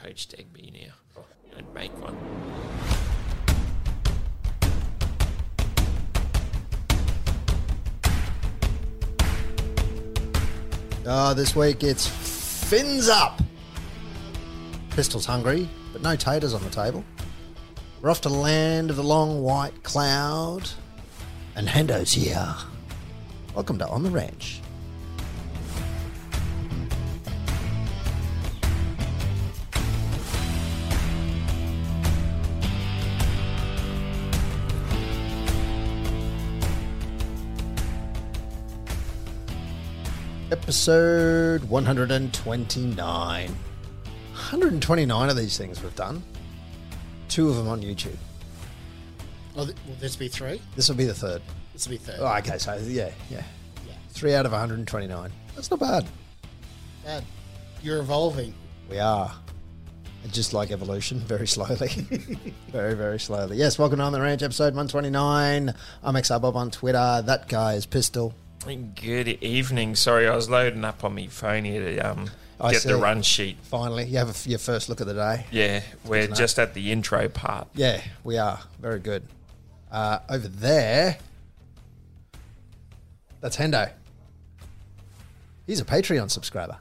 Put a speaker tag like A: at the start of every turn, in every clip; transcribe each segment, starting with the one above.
A: Coach Degby now and make one.
B: Uh, this week it's fins up. Pistol's hungry, but no taters on the table. We're off to the land of the long white cloud, and Hendo's here. Welcome to On the Ranch. Episode 129. 129 of these things we've done. Two of them on YouTube.
C: Oh, th- will this be three?
B: This will be the third.
C: This will be third.
B: Oh, okay, so yeah, yeah.
C: Yeah.
B: Three out of 129. That's not bad.
C: Dad, you're evolving.
B: We are. And Just like evolution, very slowly. very, very slowly. Yes, welcome to On the Ranch, episode 129. I'm XR Bob on Twitter. That guy is Pistol.
A: Good evening. Sorry, I was loading up on my phone here to um,
B: I
A: get
B: see.
A: the run sheet.
B: Finally, you have a f your first look of the day.
A: Yeah, we're just at the intro part.
B: Yeah, we are. Very good. Uh, over there, that's Hendo. He's a Patreon subscriber.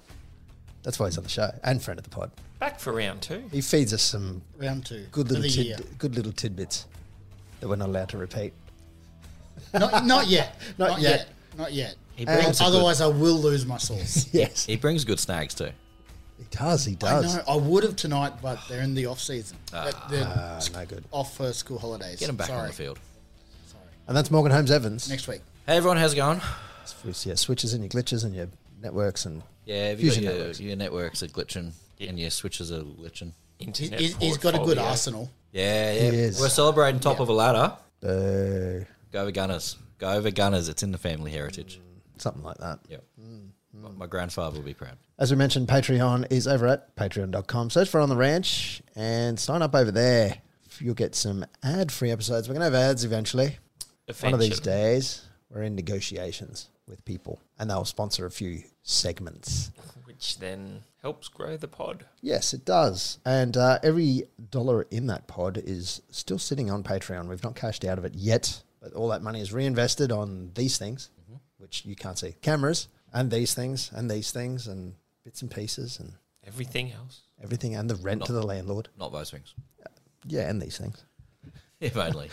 B: That's why he's on the show and friend of the pod.
A: Back for round two.
B: He feeds us some
C: Round two.
B: good
C: of
B: little
C: the year.
B: tid- good little tidbits that we're not allowed to repeat.
C: Not, not yet.
B: Not
C: not,
B: yet.
C: yet. Not yet.
D: He
B: brings
C: Or
B: a good-
C: Otherwise, I will lose my sauce.
B: Yes,
D: He brings good snags too.
B: he does. He
C: I
B: does.
C: know. I would have tonight, but they're in the off season. they're
B: Ah, no good.
C: off for school holidays.
D: Get him back
C: Sorry.
D: on the field.
C: Sorry.
B: And that's Morgan Holmes Evans.
C: Next week.
D: Hey everyone, how's it going?
B: It's- yeah, switches and your glitches and your networks and
D: Yeah, have you
B: Fusion
D: got your,
B: networks.
D: your networks are glitching and your switches are glitching.
C: He-
A: Internet
C: He's, he's got a good
A: portfolio.
C: arsenal.
D: Yeah,
B: He
D: yeah.
B: is.
D: We're celebrating top of a ladder.
B: Boo.
D: Go over Gunners. Go over Gunners. It's in the family heritage.
B: Mm. something like that.
D: Yep.
B: Mm,
D: My- My grandfather will be proud.
B: As we mentioned, Patreon is over at patreon.com. Search for On the Ranch and sign up over there. You'll get some ad free episodes. We're going to have ads eventually. One of these
A: Eventually.
B: days, we're in negotiations with people and they'll sponsor a few segments.
A: which then helps grow the pod.
B: Yes, it does. And uh, every dollar in that pod is still sitting on Patreon. We've not cashed out of it yet, but all that money is reinvested on these things, which you can't see cameras, and these things, and these things, and bits and pieces, and
A: Everything else.
B: everything, and the rent to the landlord.
D: Not those things.
B: Yeah, and these things.
D: If only.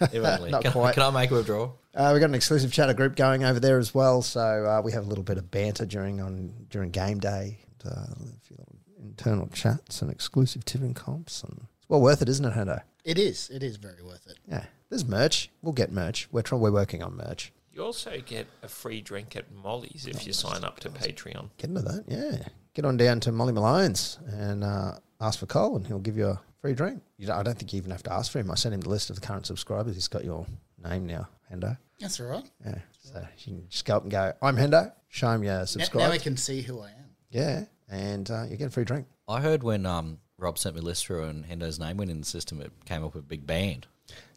D: If only.
B: Not
D: can, I-
B: quite.
D: can I make a withdrawal?
B: Uh, we've got an exclusive chatter group going over there as well, so uh, we have a little bit of banter during on during game day, and, uh, a few little internal chats and exclusive tipping comps, and it's well worth it, isn't it, Hendo?
C: It is. It is very worth it.
B: Yeah, there's merch. We'll get merch. We're trying. We're working on merch.
A: You also get a free drink at Molly's if you sign up to Patreon.
B: Get into that. Yeah, get on down to Molly Malone's and uh, ask for Cole, and he'll give you a free drink. You don't, I don't think you even have to ask for him. I sent him the list of the current subscribers. He's got your name now, Hendo.
C: That's all right. Now-
B: Yeah, so you can just go up and go. I'm Hendo. Show him your
C: Now, I
B: subscribe.
C: can see who I am.
B: Yeah, and uh, you get a free drink.
D: I heard when um, Rob sent me a list through and Hendo's name went in the system, it came up with big band.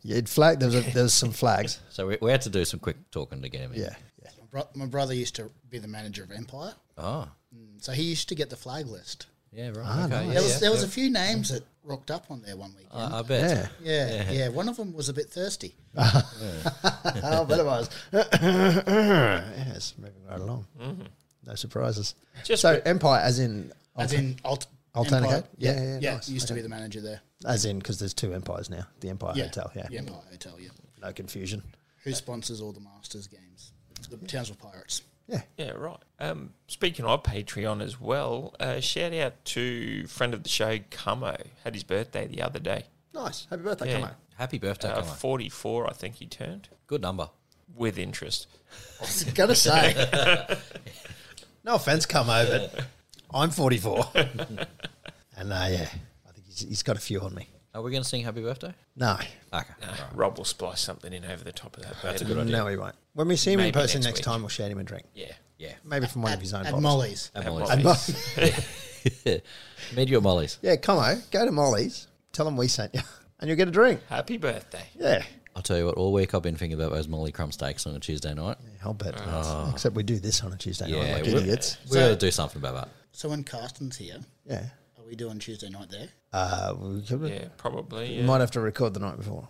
B: Yeah, It flag. There's a, there's some flags.
D: So we, we had to do some quick talking to get him in.
B: Yeah, yeah.
C: My, bro- my brother used to be the manager of Empire,
D: Oh.
C: so he used to get the flag list.
D: Yeah, right.
B: Ah,
D: okay.
B: nice.
C: There was
D: yeah,
C: there was
D: yeah.
C: a few names that rocked up on there one weekend.
D: I, I bet.
B: Uh, Yeah.
C: yeah, yeah, One of them was a bit thirsty. Oh,
B: How bet it was. yes, moving right along. No surprises.
A: Just
B: so
A: re-
B: Empire, as in
C: As in alt-
B: Alternate
C: Empire.
B: Head? Yeah, yeah,
C: yeah.
B: nice.
C: Used to
B: Okay.
C: be the manager there.
B: As in, because there's two empires now. The Empire
C: Yeah.
B: Hotel, yeah.
C: The Empire Hotel. Yeah.
B: No confusion.
C: Who sponsors all the Masters games? The Townsville Pirates.
B: Yeah.
A: Yeah, right. Um, speaking of Patreon as well, uh, shout out to friend of the show, Camo. Had his birthday the other day.
B: Nice. Happy birthday,
A: Yeah.
B: come on.
D: Happy birthday,
A: Uh,
D: Connor.
A: 44, I think he turned,
D: Good number.
A: with interest.
B: Gotta say. no offense, come over. I'm 44. and uh, yeah, I think he's, he's got a few on me.
D: Are we going to sing Happy Birthday?
B: No.
D: Okay.
A: Uh, Rob will splice something in over the top of that. That's
B: No, he won't. When we see him in
A: Maybe
B: person
A: next
B: next
A: week.
B: time, we'll share him a drink.
A: Yeah.
D: Yeah.
B: Maybe from one
C: At,
B: of his own
C: at
B: bottles.
C: Molly's.
D: At
A: At
D: Molly's.
B: At
A: Molly's.
B: Molly's.
D: Meet your Molly's.
B: yeah, Como, go to Molly's, tell him we sent you, and you'll get a drink.
A: Happy birthday.
B: Yeah.
D: I'll tell you what, all week I've been thinking about those Molly crumb steaks on a Tuesday night.
B: I'll bet. it is. Except we do this on a Tuesday night like
D: we
B: idiots.
D: we got to do something about that.
C: So when Carsten's here,
B: Yeah.
C: are we we do on Tuesday night there.
B: Uh, we could,
A: Yeah, probably.
B: we
A: Yeah, Hmm.
B: might have to record the night before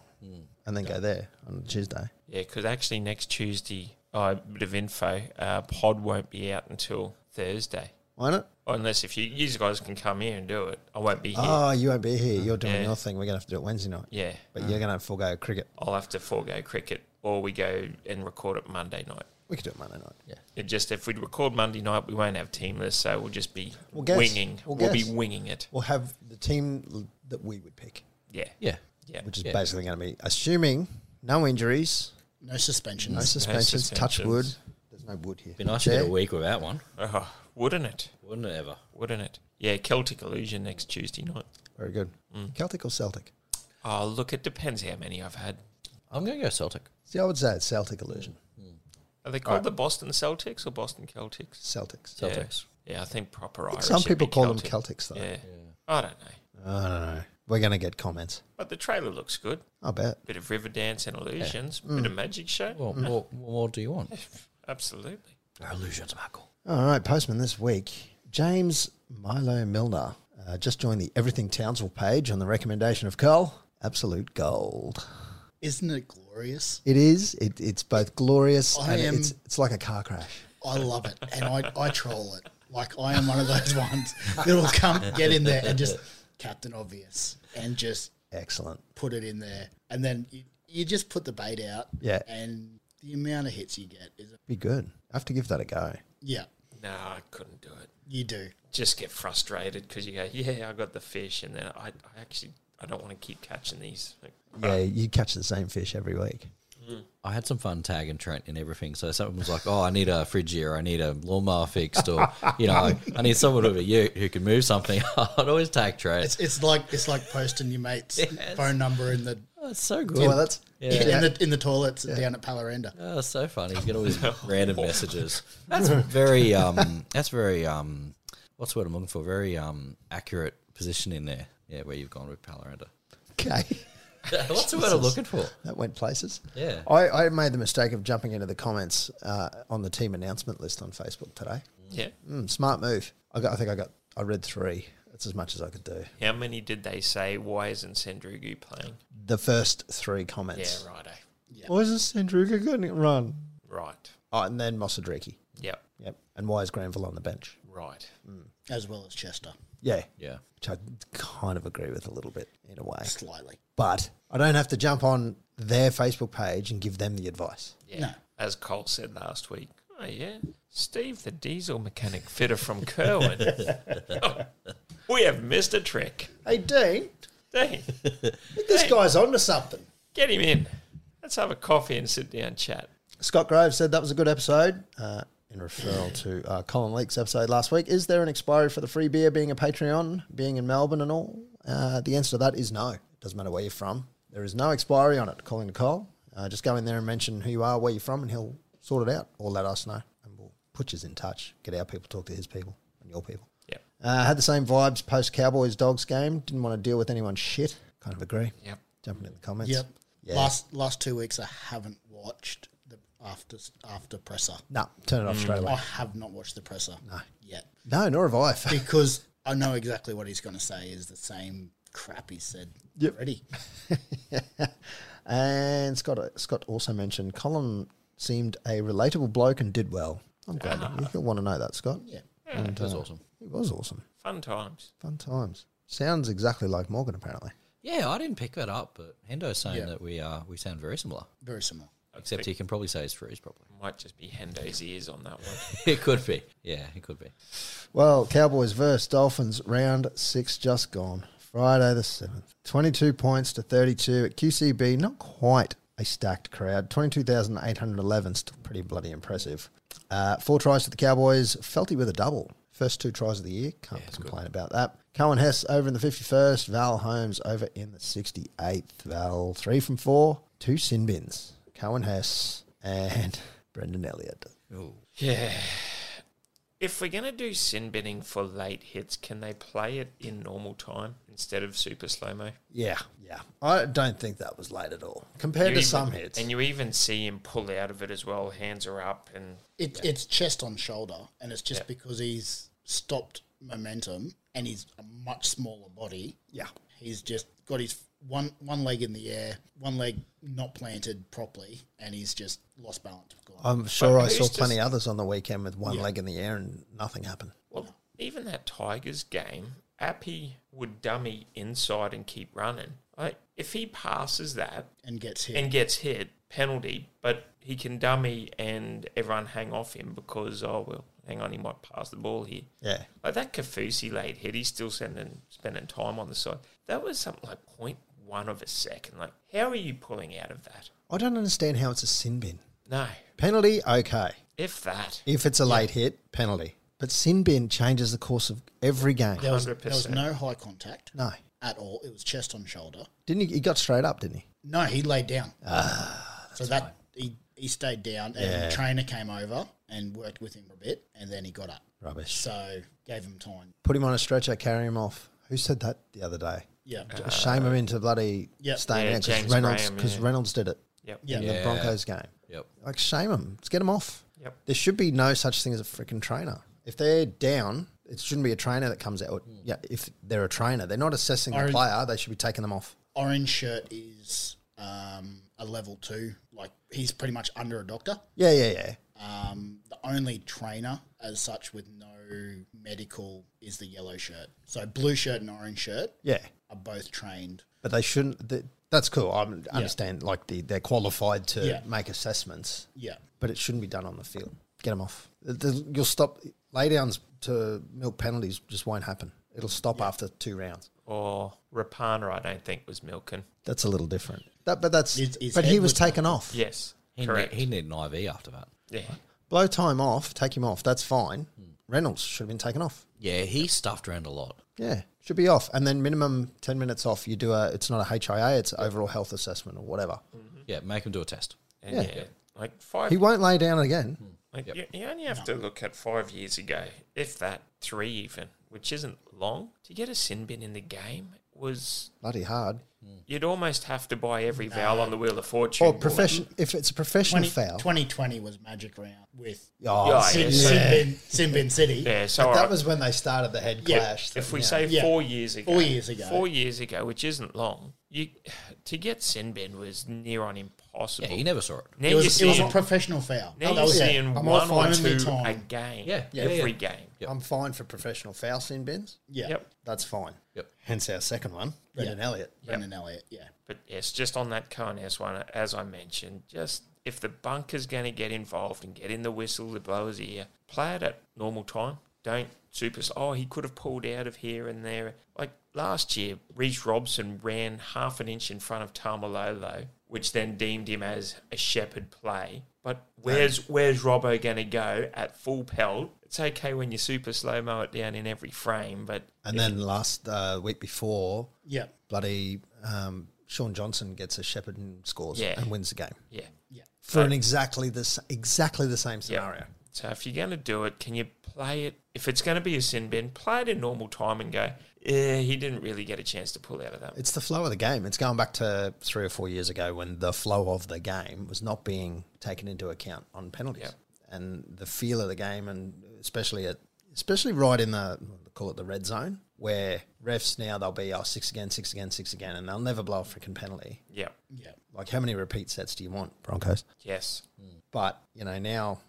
B: and then go there on Tuesday.
A: because actually next Tuesday, oh, a bit of info, uh, pod won't be out until Thursday.
B: Why not?
A: Unless if you, you guys can come here and do it, I won't be here.
B: Oh, you won't be here. You're doing
A: Yeah.
B: your thing. We're going to have to do it Wednesday night.
A: yeah,
B: But you're going to forego cricket.
A: I'll have to forego cricket, or we go and record it Monday night.
B: We could do it Monday night. Yeah.
A: It just if we record Monday night, we won't have team lists, so we'll just be
B: We'll guess.
A: winging.
B: We'll
A: We'll, be
B: guess.
A: winging it.
B: We'll have the team l- that we would pick,
A: Yeah,
D: Yeah.
A: yeah.
B: which is
D: Yeah.
B: basically going to be assuming no injuries,
C: No suspensions.
B: no suspensions, touch
A: suspensions.
B: wood. There's no wood here.
D: Be nice to get a
B: There.
D: week without one,
A: Oh, wouldn't it?
D: wouldn't it ever?
A: Wouldn't it? Yeah, Celtic Illusion next Tuesday night.
B: Very good. Celtic or Celtic?
A: Oh, look, it depends how many I've had.
D: I'm going to go Celtic.
B: See, I would say it's Celtic illusion.
A: Are they called the Boston Celtics or Boston Celtics?
B: Celtics.
A: Yeah.
D: Celtics.
A: Yeah, I think proper Irish.
B: Some
A: would be
B: people call
A: Celtic.
B: them Celtics, though.
A: Yeah. I don't know.
B: I don't know. We're going to get comments.
A: But the trailer looks good.
B: I bet.
A: Bit of river dance and illusions,
B: Mm.
A: bit of magic show.
D: Well, what, what more do you want?
A: Absolutely.
D: Illusions, Michael.
B: All right, postman this week. James Milo Milner uh, just joined the Everything Townsville page on the recommendation of Carl. Absolute gold.
C: Isn't it glorious?
B: It is. It, it's both glorious
C: I
B: and
C: am-
B: it's, it's like a car crash.
C: I love it, and I, I troll it. Like I am one of those ones that'll come get in there and just Captain Obvious and just
B: Excellent.
C: put it in there, and then you, you just put the bait out.
B: Yeah.
C: and the amount of hits you get is
B: Be good. I have to give that a go.
C: yeah,
A: No, I couldn't do it.
C: you do.
A: Just get frustrated because you go, yeah, I got the fish, and then I, I actually I don't want to keep catching these. Like,
B: Yeah, you catch the same fish every week.
D: I had some fun tagging Trent and everything. So someone was like, "Oh, I need a fridge here. I need a lawnmower fixed, or you know, I need someone with a ute who can move something." I'd always tag Trent.
C: It's, it's like it's like posting your mate's phone number in the
D: That's Oh, so good.
B: Well, that's
D: yeah,
C: in the in the toilets down at Palarenda.
D: Oh, that's so funny. You get all these random messages. That's very um. That's very um. What's the word I'm looking for? Very um accurate position in there. Yeah, where you've gone with Palaranda.
B: okay.
D: what's the word I'm looking for?
B: That went places.
D: Yeah.
B: I, I made the mistake of jumping into the comments uh, on the team announcement list on Facebook today.
A: yeah.
B: Mm, smart move. I, got, I think I got. I read three. That's as much as I could do.
A: How many did they say? Why isn't Sandrugu playing?
B: The first three
A: Yeah,
B: comments.
A: right. eh.
B: Why is Sandruga going to run?
A: Right.
B: Oh, and then Mossadriki.
A: Yep.
B: Yep. And why is Granville on the bench?
A: Right.
C: as well as Chester,
B: Yeah.
D: Yeah.
B: Which I kind of agree with a little bit in a way.
C: slightly.
B: But I don't have to jump on their Facebook page and give them the advice.
A: Yeah.
C: No.
A: As Cole said last week. Oh yeah. Steve the diesel mechanic fitter from Kerwin. we have missed a trick.
B: Hey, Dean,
A: Dang.
B: I think this guy's onto something.
A: Get him in. Let's have a coffee and sit down and chat.
B: Scott Groves said that was a good episode. Uh, in referral to uh, Colin Leake's episode last week, is there an expiry for the free beer being a Patreon, being in Melbourne and all? Uh, the answer to that is no. It doesn't matter where you're from. There is no expiry on it, calling to Cole. Uh, just go in there and mention who you are, where you're from, and he'll sort it out or let us know. And we'll put you in touch, get our people, talk to his people and your people.
A: Yep.
B: Uh, had the same vibes post Cowboys Dogs game. Didn't want to deal with anyone's shit. Kind of agree.
A: Yep.
B: Jumping in the comments.
C: Yep.
B: Yeah.
C: Last last two weeks, I haven't watched the after after presser.
B: No, turn it off straight
C: I
B: away.
C: have not watched the presser yet
B: No, nor have I.
C: because I know exactly what he's going to say is the same crap he said already.
B: And Scott Scott also mentioned Colin seemed a relatable bloke and did well. I'm glad you'll want to know that, Scott.
C: Yeah.
B: and,
D: That's
B: uh,
D: awesome.
B: It was awesome.
A: Fun times.
B: Fun times. Sounds exactly like Morgan, apparently.
D: Yeah, I didn't pick that up, but Hendo's saying
C: Yeah.
D: that we uh, we sound very similar,
C: Very similar.
D: except he can probably say his freeze properly.
A: Might just be Hendo's ears on that one.
D: it could be. Yeah, it could be.
B: Well, Cowboys versus Dolphins, round six just gone. Friday the 7th. 22 points to 32 at QCB. Not quite a stacked crowd. 22,811, still pretty bloody impressive. Uh, four tries to the Cowboys. Felty with a double. First two tries of the year. Can't complain about that. Cohen Hess over in the 51st. Val Holmes over in the 68th. Val, three from four. Two sin bins. Cohen Hess and Brendan Elliott.
A: Yeah. If we're going to do sin binning for late hits, can they play it in normal time instead of super slow mo?
B: Yeah, yeah. I don't think that was late at all compared to some hits.
A: And you even see him pull out of it as well. Hands are up and
C: It, It's chest on shoulder, and it's just because he's stopped momentum, and he's a much smaller body.
B: Yeah.
C: He's just got his one one leg in the air, one leg not planted properly, and he's just lost balance. Gone.
B: I'm sure I
A: who's
B: saw
A: just-
B: plenty others on the weekend with one leg in the air and nothing happened.
A: Well, even that Tigers game, Appy would dummy inside and keep running. Like, if he passes that
C: and gets hit.
A: and gets hit, penalty, but he can dummy and everyone hang off him because, oh, well, hang on, he might pass the ball here.
B: Yeah.
A: Like that Kafusi late hit, he's still spending, spending time on the side. That was something like point one of a second. Like, how are you pulling out of that?
B: I don't understand how it's a sin bin.
A: No,
B: Penalty, okay.
A: if that.
B: If it's a late hit, penalty. But sin bin changes the course of every game.
C: there was, there
A: 100%.
C: was no high contact
B: No.
C: at all. It was chest on shoulder.
B: Didn't he? He got straight up, didn't he?
C: No, he laid down. Ah, so that he, he stayed down, and the trainer came over and worked with him for a bit, and then he got up.
B: Rubbish.
C: So gave him time.
B: Put him on a stretcher, carry him off. Who said that the other day?
C: Yeah,
B: Shame him into bloody
C: Yep.
B: staying
A: Uh, Yeah,
B: out because
A: James
B: Reynolds,
A: Graham,
B: 'cause
A: yeah.
B: Reynolds did it
A: Yep.
C: yeah.
B: in the
D: Yeah.
B: Broncos game.
D: Yep.
B: Like, shame him. Let's get him off.
A: Yep.
B: There should be no such thing as a freaking trainer. If they're down, it shouldn't be a trainer that comes out. Yeah, if they're a trainer, they're not assessing the
C: Orange-
B: player. They should be taking them off.
C: Orange shirt is um, a level two. Like he's pretty much under a doctor.
B: Yeah, yeah, yeah.
C: Um, the only trainer as such with no medical is the yellow shirt. So blue shirt and orange shirt
B: Yeah.
C: are both trained.
B: But they shouldn't. th that's cool. I understand, like, the, they're qualified to
C: Yeah.
B: make assessments,
C: Yeah,
B: but it shouldn't be done on the field. Get them off. The- the- You'll stop. Laydowns to milk penalties just won't happen. It'll stop after two rounds.
A: Or Rapana, I don't think, was milking.
B: That's a little different. That, but that's.
C: His- his
B: but he
C: head
B: was
C: was-
B: taken off.
A: Yes.
D: He,
A: correct.
D: Need, he need an IV after that.
A: yeah.
B: Blow time off, take him off. That's fine. Reynolds should have been taken off.
D: Yeah, he stuffed around a lot.
B: Yeah, should be off. And then minimum 10 minutes off, you do a, it's not a HIA, it's overall health assessment or whatever.
D: Yeah, make him do a test.
A: And yeah. Like five.
B: He won't lay down again.
A: like you, you only have to look at five years ago, if that, three even, which isn't long. To get a sin bin in the game was
B: Bloody hard.
A: you'd almost have to buy every vowel on the wheel of fortune.
C: Oh,
B: Or
A: boy.
B: profession, if it's a professional
C: 20,
B: foul.
C: 2020 was magic round with
B: Oh,
A: Yeah,
B: see,
A: yeah,
C: Sin,
A: so-
C: Sinbin, Sinbin City.
A: yeah. So all
B: that
A: right,
B: was when they started the head
C: Yeah,
B: clash.
A: if we
B: yeah.
A: say
C: Yeah.
A: four years ago,
C: Four years ago.
A: four years ago, which isn't long, you to get sin bin was near on impossible.
D: Yeah, he never saw it.
A: now
C: It
A: you
C: was, it
A: see,
C: was a professional foul.
A: now
C: That
A: you're
C: was it.
A: seeing
C: I'm
A: one
C: off
A: or
C: only
A: two a
C: time.
A: game,
D: Yeah, yeah,
A: every
D: yeah.
A: game.
D: Yep.
B: I'm fine for professional foul sin bins.
C: Yeah,
A: Yep.
B: That's fine.
D: Yep.
B: Hence our second one, Brendan Elliott.
C: Brendan Elliott. Yeah,
A: But yes, just on that Cohen-S one, as I mentioned, just if the bunker's going to get involved and get in the whistle, the blower's ear, play it at normal time. Don't super. Oh, he could have pulled out of here and there. Like last year, Reece Robson ran half an inch in front of Tamalolo, which then deemed him as a shepherd play. But where's where's Robbo going to go at full pelt? It's okay when you super slow mo it down in every frame, but
B: And then last uh, week before,
C: yeah,
B: bloody um, Sean Johnson gets a shepherd and scores
A: Yeah.
B: and wins the game.
A: yeah,
C: yeah.
B: for an exactly the s- exactly the same scenario.
A: So if you're going to do it, can you play it? If it's going to be a sin bin, play it in normal time and go, eh, he didn't really get a chance to pull out of that.
B: It's the flow of the game. It's going back to three or four years ago when the flow of the game was not being taken into account on penalties and the feel of the game, and especially at especially right in the call it the red zone where refs now they'll be oh six again, six again, six again, and they'll never blow a freaking penalty.
A: Yeah.
C: Yeah.
B: Like how many repeat sets do you want, Broncos?
A: Yes.
B: But you know now.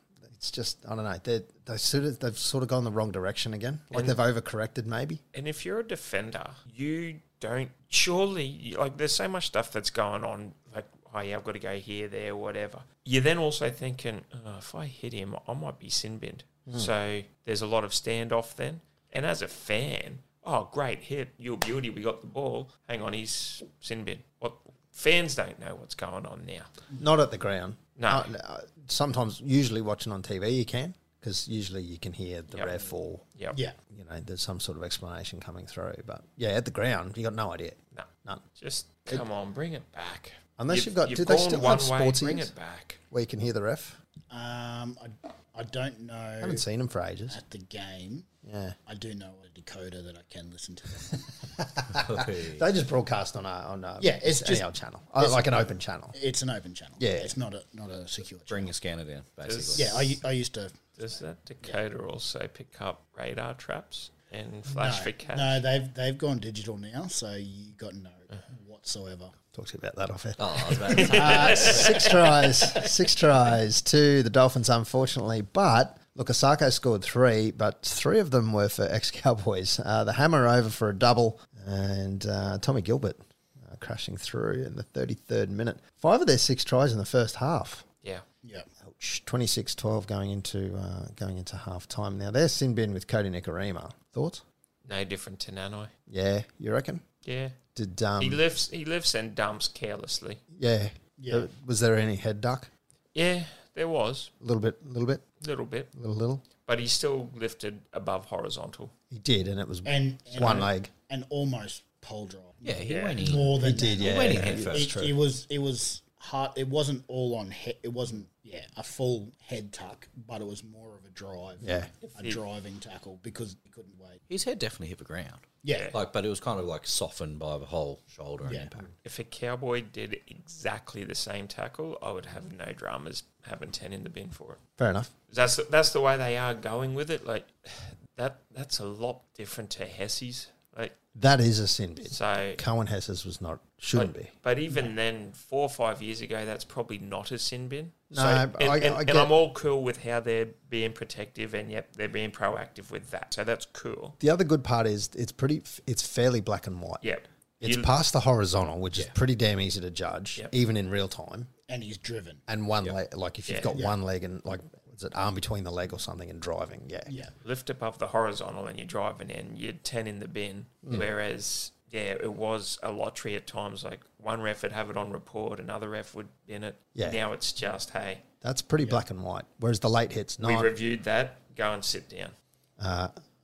B: It's just I don't know. They they sort of they've sort of gone the wrong direction again. Like they've overcorrected maybe.
A: And if you're a defender, you don't surely like. There's so much stuff that's going on. Like, oh yeah, I've got to go here, there, whatever. You're then also thinking, oh, if I hit him, I might be sin binned.
B: Hmm.
A: So there's a lot of standoff then. And as a fan, oh great hit, your beauty, we got the ball. Hang on, he's sin bin. What fans don't know what's going on now.
B: Not at the ground.
A: No.
B: Uh, uh, sometimes, usually watching on TV, you can because usually you can hear the
A: Yep.
B: ref or
A: Yep.
C: Yeah.
B: you know there's some sort of explanation coming through. But yeah, at the ground, you got no idea.
A: No.
B: None.
A: Just come on, bring it back.
B: Unless you've got- do they
A: gone
B: still have sports
A: Bring
B: ears?
A: it back.
B: Where you can hear the ref.
C: Um, I, I don't
B: I
C: know
B: haven't seen him for ages.
C: at the game.
B: Yeah,
C: I do know a decoder that I can listen to. them.
B: they just broadcast on a on a
C: Yeah, it's
B: any
C: just-
B: old channel, oh, like an open channel.
C: it's an open channel.
B: Yeah.
C: it's not a not a secure. Channel.
D: Bring your scanner down, basically.
C: Yeah, I, I used to.
A: Does that decoder also pick up radar traps? and flash
C: no,
A: for cash.
C: No, they've they've gone digital now, so you got no whatsoever.
B: Talk to you about that off air.
D: Oh, I was about to say.
B: Uh, six tries, six tries to the Dolphins, unfortunately. But look, Osako scored three, but three of them were for ex Cowboys. Uh, the hammer over for a double, and uh, Tommy Gilbert uh, crashing through in the 33rd minute. Five of their six tries in the first half.
A: Yeah.
C: Yeah.
B: Ouch. 26 12 going into, uh, going into half time. Now, there's sin bin with Cody Nikarima. Thoughts?
A: No different to Nanai.
B: Yeah, you reckon?
A: Yeah.
B: Did um,
A: he lifts he lifts and dumps carelessly.
B: yeah,
C: Yeah.
B: Uh, was there any head duck?
A: Yeah, there was.
B: A little bit, little bit,
A: A little bit.
B: little, little.
A: But he still lifted above horizontal.
B: He did, and it was
C: And, and
B: one leg.
C: and almost pole drive.
D: yeah, he
A: Yeah.
D: went in.
C: More than
B: did,
C: that.
B: yeah.
D: he went in head first.
C: It,
D: True.
C: it was it was hard. It wasn't all on head. It wasn't yeah a full head tuck, but it was more of a drive.
B: Yeah.
C: a driving tackle because he couldn't wait.
D: His head definitely hit the ground.
C: Yeah,
D: Like, but it was kind of like softened by the whole shoulder and
C: Yeah.
D: impact.
A: If a cowboy did exactly the same tackle, I would have no dramas having ten in the bin for it.
B: Fair enough.
A: That's that's the way they are going with it. Like that that's a lot different to Hesse's. Like
B: That is a sin bid.
A: so
B: Cohen Hesses was not, shouldn't
A: but,
B: be.
A: but even then, four or five years ago, that's probably not a sin bin.
B: No,
A: and,
B: I- I
A: and-
B: get-
A: and I'm all cool with how they're being protective, and yep, they're being proactive with that. So that's cool.
B: The other good part is it's pretty, it's fairly black and white.
A: Yep.
B: It's
A: You-
B: past the horizontal, which is pretty damn easy to judge,
A: Yep.
B: even in real time.
C: and he's driven.
B: And one leg, like if you've
A: Yeah.
B: got one leg and like, is it arm between the leg or something and driving? Yeah.
C: Yeah,
A: lift above the horizontal and you're driving in, you're 10 in the bin.
B: Hmm.
A: Whereas, yeah, it was a lottery at times. Like one ref would have it on report, another ref would bin it.
B: Yeah.
A: Now it's just, hey,
B: That's pretty black and white. Whereas the late hits,
A: we
B: nine.
A: reviewed that, go and sit down.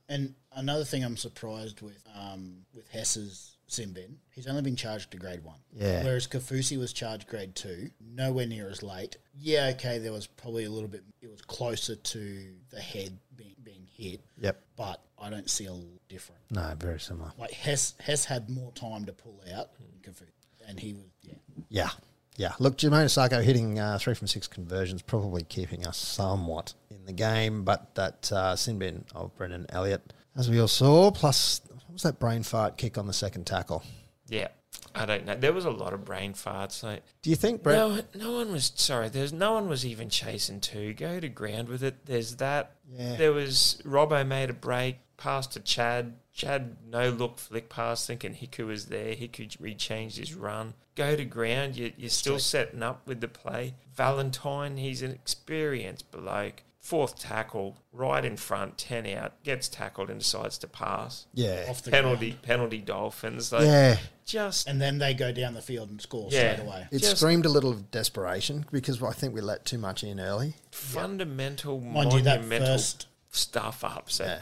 C: and another thing I'm surprised with um, with Hess's Simbin, he's only been charged to grade one.
B: Yeah.
C: Whereas Kafusi was charged grade two, nowhere near as late. Yeah, okay, there was probably a little bit. It was closer to the head being, being hit.
B: Yep.
C: But I don't see a l- difference.
B: No, very similar.
C: Like Hess, Hess had more time to pull out, than Kafusi, and he was yeah.
B: Yeah. Yeah. Look, Jermaine Osako hitting uh, three from six conversions, probably keeping us somewhat in the game, but that uh, sin bin of Brendan Elliott, as we all saw, plus, what was that brain fart kick on the second tackle?
A: Yeah. I don't know. There was a lot of brain farts. Like,
B: Do you think, Brett?
A: no, no one was sorry. There's no one was even chasing two. Go to ground with it. There's that.
B: Yeah.
A: There was Robbo made a break, passed to Chad. Chad no look flick pass, thinking Hiku was there. Hiku rechanged his run. Go to ground. You, you're still setting up with the play. Valentine, he's an experienced bloke. Fourth tackle, right in front, ten out, gets tackled and decides to pass.
B: Yeah.
C: off the
A: Penalty,
C: ground.
A: penalty, Dolphins. Like,
B: Yeah.
A: just
C: and then they go down the field and score
A: Yeah.
C: straight away.
B: It
A: Just-
B: screamed a little of desperation because I think we let too much in early.
A: fundamental,
C: Mind you, that
A: monumental
C: first
A: stuff up. So
B: Yeah.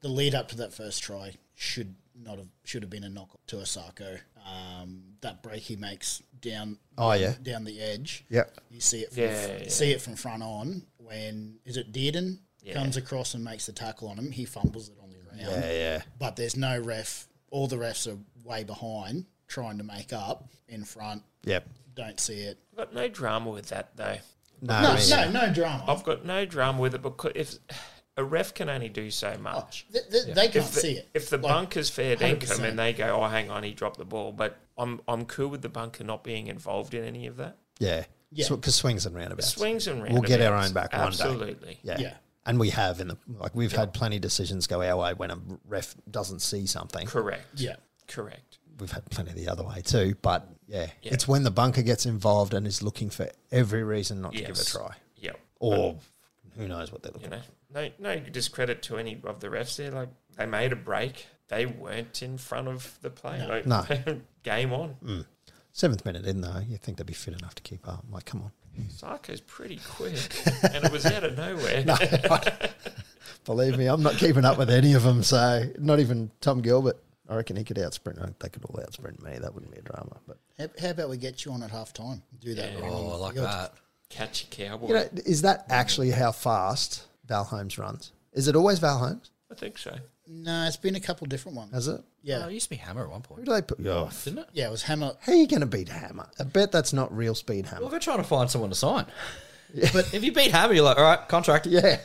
C: the lead up to that first try should not have should have been a knock to Osako. Um, that break he makes down
B: Oh, yeah.
C: down the edge.
B: Yep.
C: You see it from
A: Yeah, yeah.
C: see it from front on when is it Dearden
A: Yeah.
C: comes across and makes the tackle on him. He fumbles it on the ground.
B: yeah.
C: But there's no ref. All the refs are way behind trying to make up in front.
B: Yep.
C: Don't see it.
A: got no drama with that though.
B: No,
C: No,
B: I mean,
C: no, no drama.
A: I've got no drama with it because if a ref can only do so much.
C: Th- th- They can't
A: If the,
C: Oh, see it.
A: if the
C: Like,
A: bunker's fair dinkum
C: 100%.
A: and they go, oh, hang on, he dropped the ball, but I'm I'm cool with the bunker not being involved in any of that.
B: yeah.
C: Yeah.
B: Because swings and roundabouts.
A: Swings and
B: We'll
A: roundabouts.
B: get our own back one day.
A: Absolutely.
B: Yeah.
C: Yeah.
B: And we have in the like we've had plenty of decisions go our way when a ref doesn't see something.
A: Correct.
C: yeah,
A: Correct.
B: We've had plenty the other way too, but yeah, it's when the bunker gets involved and is looking for every reason not to give a
A: Yes.
B: try,
A: Yep.
B: or who knows what they're
A: You
B: looking.
A: know, no, no discredit to any of the refs there. Like they made a break. They weren't in front of the play. Like,
B: No.
A: game on.
B: Seventh minute in though, you think they'd be fit enough to keep up? I'm like, come on,
A: Sarko's pretty quick, and it was out of nowhere.
B: believe me, I'm not keeping up with any of them. So not even Tom Gilbert. I reckon he could outsprint. They could all outsprint me. That wouldn't be a drama. But
C: How, how about we get you on at half time? Do that.
A: Yeah.
C: right on
D: Oh, I
C: the
D: like
C: field.
D: that.
A: Catch a cowboy.
B: you know, is that actually how fast Val Holmes runs? Is it always Val Holmes?
A: I think so.
C: No, it's been a couple different ones.
B: Has it?
D: Oh,
C: yeah,
D: it used to be Hammer at one
B: Who
D: point,
B: do they put? Yeah.
D: didn't it?
C: yeah, it was Hammer.
B: How are you going to beat Hammer? I bet that's not real speed
D: Well,
B: Hammer.
D: they're trying to find someone to sign. But if you beat Hammer, you're like, all right, contract.
B: Yeah.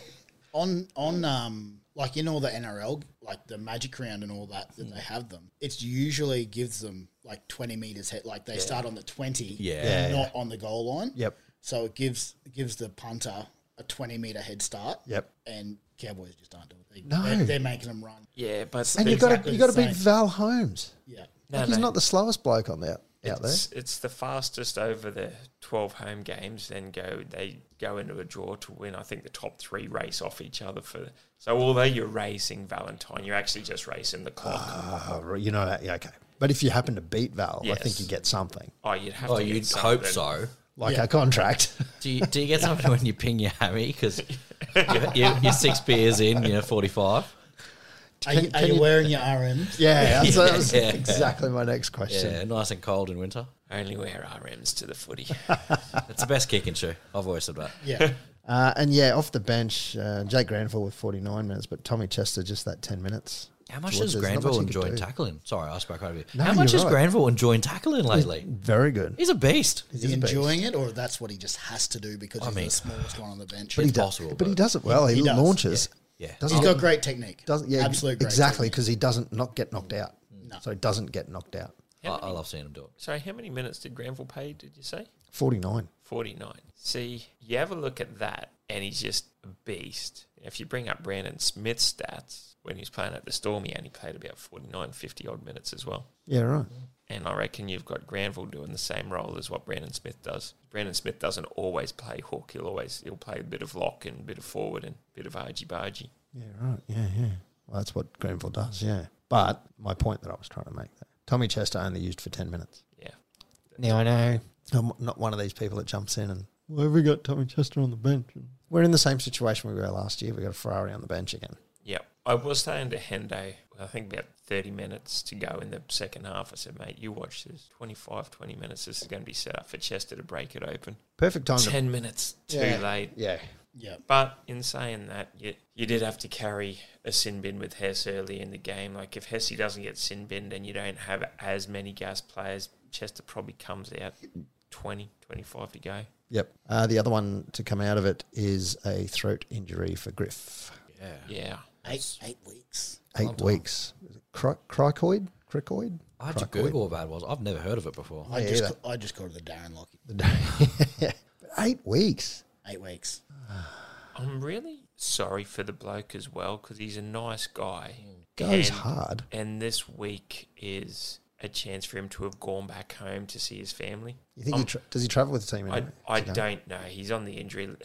C: On on um like in all the NRL like the magic round and all that that they have them, it's usually gives them like twenty meters head. Like they start on the twenty,
D: Yeah.
C: and not on the goal line.
B: Yep.
C: So it gives gives the punter a twenty meter head start.
B: Yep.
C: And Cowboys just aren't doing it. They,
B: No.
C: they're, they're making them run.
A: Yeah, but
B: And you got to
C: Exactly
B: you got to
C: the
B: beat
C: same.
B: Val Holmes.
C: Yeah.
A: No,
B: Like, he's
A: no.
B: not the slowest bloke on the out, out there.
A: it's, it's the fastest over the 12 home games then go they go into a draw to win i think the top three race off each other for so although you're racing valentine you're actually just racing the clock
B: Oh, right, you know, yeah, okay. But if you happen to beat Val, I think
A: Yes.
B: you get something
A: oh you'd have
D: Oh,
A: to get
D: you'd
A: something.
D: hope so.
B: like a contract.
D: Do you, do you get something when you ping your hammy? Because you're, you're, you're six beers in, you're 45.
C: Are you,
B: Can-
C: are
B: can
C: you
B: you-
C: wearing your RMs?
B: yeah, that's, that was
D: Yeah.
B: exactly my next question.
D: Yeah, nice and cold in winter.
A: only wear rms to the footy
D: It's the best kicking shoe. I've always said that.
C: Yeah.
B: Uh, and yeah, off the bench, uh, Jake Granville with 49 minutes, but Tommy Chester just that 10 minutes.
D: How much
B: Towards-
D: does
B: there's not much
D: Granville
B: he could
D: enjoy
B: do.
D: tackling? Sorry, I spoke over you.
B: No,
D: How much
B: you're
D: is
B: right.
D: Granville enjoying tackling lately?
B: Very good.
D: He's a beast.
C: Is he
B: a beast.
C: enjoying it, or that's what he just has to do because he's
D: mean-
C: the smallest one on the bench?
D: But
B: He
D: he
B: do-
D: Impossible,
B: but,
D: but-
B: he does it well. He,
C: He does,
B: launches.
D: yeah. Yeah.
B: Doesn't,
C: He's got great technique.
B: doesn't yeah,
C: absolute great
B: exactly
C: technique.
B: because he doesn't not get knocked out. So he doesn't get knocked out.
D: I,
A: How
D: I
A: many-
D: love seeing him do it.
A: sorry how many minutes did granville pay did you say
B: 49.
A: 49 see you have a look at that and he's just a beast if you bring up brandon smith's stats when he was playing at the storm he only played about 49 50 odd minutes as well
B: Yeah, right.
A: And I reckon you've got Granville doing the same role as what Brandon Smith does. Brandon Smith doesn't always play hook. He'll always he'll play a bit of lock and a bit of forward and a bit of argy bargy.
B: Yeah, right. Yeah, yeah. Well, that's what Grenville does. Yeah. But my point that I was trying to make there Tommy Chester only used for 10 minutes.
A: Yeah.
B: Now, I know I'm not one of these people that jumps in and, well, have we got Tommy Chester on the bench? We're in the same situation we were last year. We got a Ferrari on the bench again.
A: Yeah. I was saying to Hendo, I think about 30 minutes to go in the second half. I said, mate, you watch this 25, 20 minutes. This is going to be set up for Chester to break it open.
B: Perfect time to.
A: 10 minutes too
B: Yeah.
A: late.
B: Yeah.
C: Yeah.
A: But in saying that, you, you did have to carry a sin bin with Hess early in the game. Like if Hesse doesn't get sin binned and you don't have as many gas players, Chester probably comes out 20, 25 to go.
B: Yep. Uh, the other one to come out of it is a throat injury for Griff.
D: Yeah.
A: Yeah.
C: Eight eight weeks.
B: Eight weeks. Is it Cry- cricoid? Cricoid?
D: I had to Google about it was. I've never heard of it before.
C: I
B: Yeah,
C: just
B: that-
C: ca- I just called it the Darren Lockyer.
B: Eight weeks.
C: Eight weeks.
A: I'm really sorry for the bloke as well because he's a nice guy.
B: Goes
A: And-
B: hard.
A: And this week is a chance for him to have gone back home to see his family.
B: You think he
A: I'm-
B: tra- does he travel with the team?
A: Um, I,
B: anyway?
A: I
B: Does he go?
A: don't know. He's on the injury. li-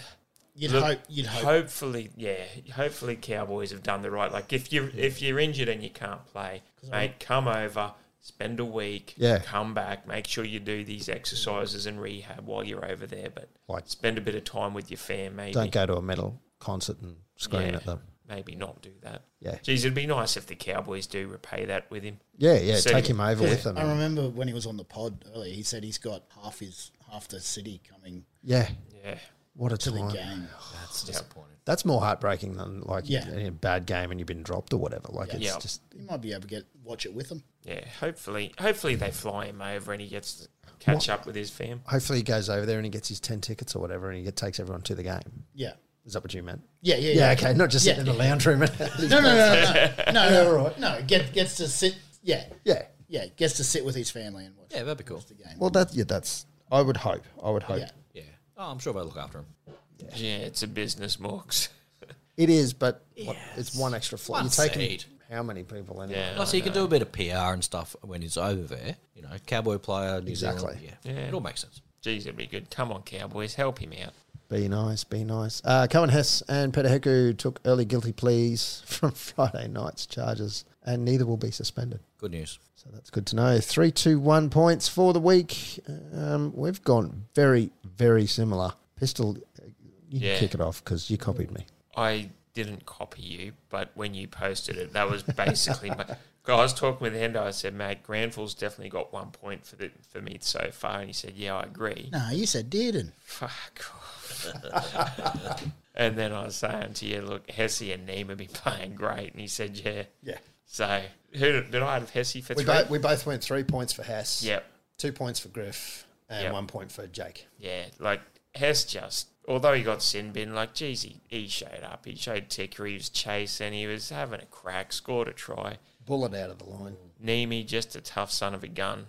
C: You'd
A: Look,
C: hope. You'd hope.
A: Hopefully, yeah. Hopefully, Cowboys have done the right. Like if you if you're injured and you can't play, mate, come over, spend a week,
B: Yeah.
A: come back. Make sure you do these exercises and rehab while you're over there. But
B: Like-
A: spend a bit of time with your fam, maybe.
B: Don't go to a metal concert and scream
A: Yeah,
B: at them.
A: Maybe not do that.
B: Yeah.
A: Geez, it'd be nice if the Cowboys do repay that with him.
B: Yeah, yeah.
A: So-
B: take him over
A: yeah.
B: with them.
C: I remember when he was on the pod earlier. He said he's got half his half the city coming
B: yeah.
A: Yeah.
B: What a
C: to the
B: time.
C: game.
D: That's disappointing.
B: That's more heartbreaking than like
C: Yeah.
B: in a bad game and you've been dropped or whatever. Like it's
A: Yeah.
B: just
C: You might be able to get watch it with him.
A: Yeah. Hopefully, hopefully they fly him over and he gets to catch up with his fam.
B: hopefully he goes over there and he gets his ten tickets or whatever and he get, takes everyone to the game.
C: Yeah.
B: Is that what you meant?
C: Yeah. Yeah.
B: Yeah, okay. Not just
C: Yeah.
B: sitting in the lounge room.
C: No, no, no, no, no, no, no,
B: all right.
C: no. Get gets to sit. Yeah,
B: yeah.
C: yeah. Gets to sit with his family and watch
D: Yeah, that'd be cool.
C: the game.
B: Well that yeah, that's I would hope. I would hope.
C: Yeah.
D: Yeah. Oh, I'm sure they'll look after him.
A: Yeah, it's a business, Morgs.
B: It is, but what, it's one extra flight.
D: One
B: You're taking
D: seed.
B: how many people anyway?
A: Yeah.
D: Plus, he can do a bit of PR and stuff when he's over there. You know, cowboy player, New Zealand.
B: Exactly.
D: Yeah. It all makes sense.
A: Geez, that'd be good. Come on, Cowboys, help him out.
B: Be nice, be nice. Uh, Cohen Hess and Peter Heku took early guilty pleas from Friday night's charges, and neither will be suspended.
D: Good news.
B: So that's good to know. Three, two, one points for the week. Um, we've gone very, very similar. Pistol, you
A: Yeah.
B: can kick it off because you copied me.
A: I didn't copy you, but when you posted it, that was basically my. I was talking with Hendo. I said, "Mate, Granville's definitely got one point for the for me so far," and he said, "Yeah, I agree."
C: No, you said didn't.
A: Fuck off. and then I was saying to you, "Look, Hesse and Nima be playing great," and he said, "Yeah."
B: Yeah.
A: So who did I have Hesse for three?
B: We, both we both went three points for Hess,
A: Yep.
B: two points for Griff, and
A: Yep.
B: one point for Jake.
A: Yeah, like Hess just although he got sin bin, like, geez, he, he showed up. He showed ticker. He was chasing. He was having a crack, scored a try.
B: Bullet out of the line.
A: Nemi, just a tough son of a gun.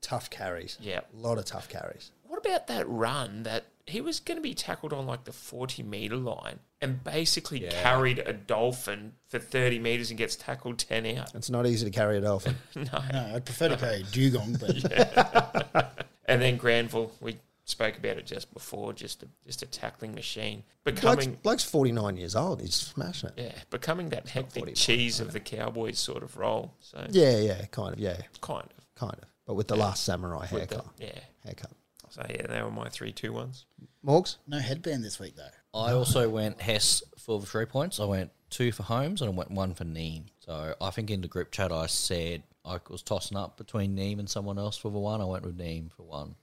B: Tough carries.
A: Yeah.
B: A lot of tough carries.
A: What about that run that he was going to be tackled on like the 40 meter line and basically
D: Yeah.
A: carried a dolphin for 30 meters and gets tackled 10 out?
B: It's not easy to carry a dolphin.
C: No, I'd prefer to carry dugong, but
A: And then Granville, we spoke about it just before, just a, just a tackling machine.
B: Bloke's,
A: Becoming.
B: bloke's 49 years old. He's smashing it.
A: Yeah, becoming that hectic
B: 49,
A: cheese of the Cowboys sort of role. So
B: Yeah, yeah, kind of. Yeah,
A: kind of.
B: kind of. But with the last samurai
A: with the-
B: haircut.
D: Oh.
A: yeah.
B: haircut.
A: So yeah, they were my three two ones.
B: Morgs?
C: no headband this week though.
D: I also went Hess for three points. I went two for Holmes and I went one for Neem. So I think in the group chat I said I was tossing up between Neem and someone else for the one. I went with Neem for one.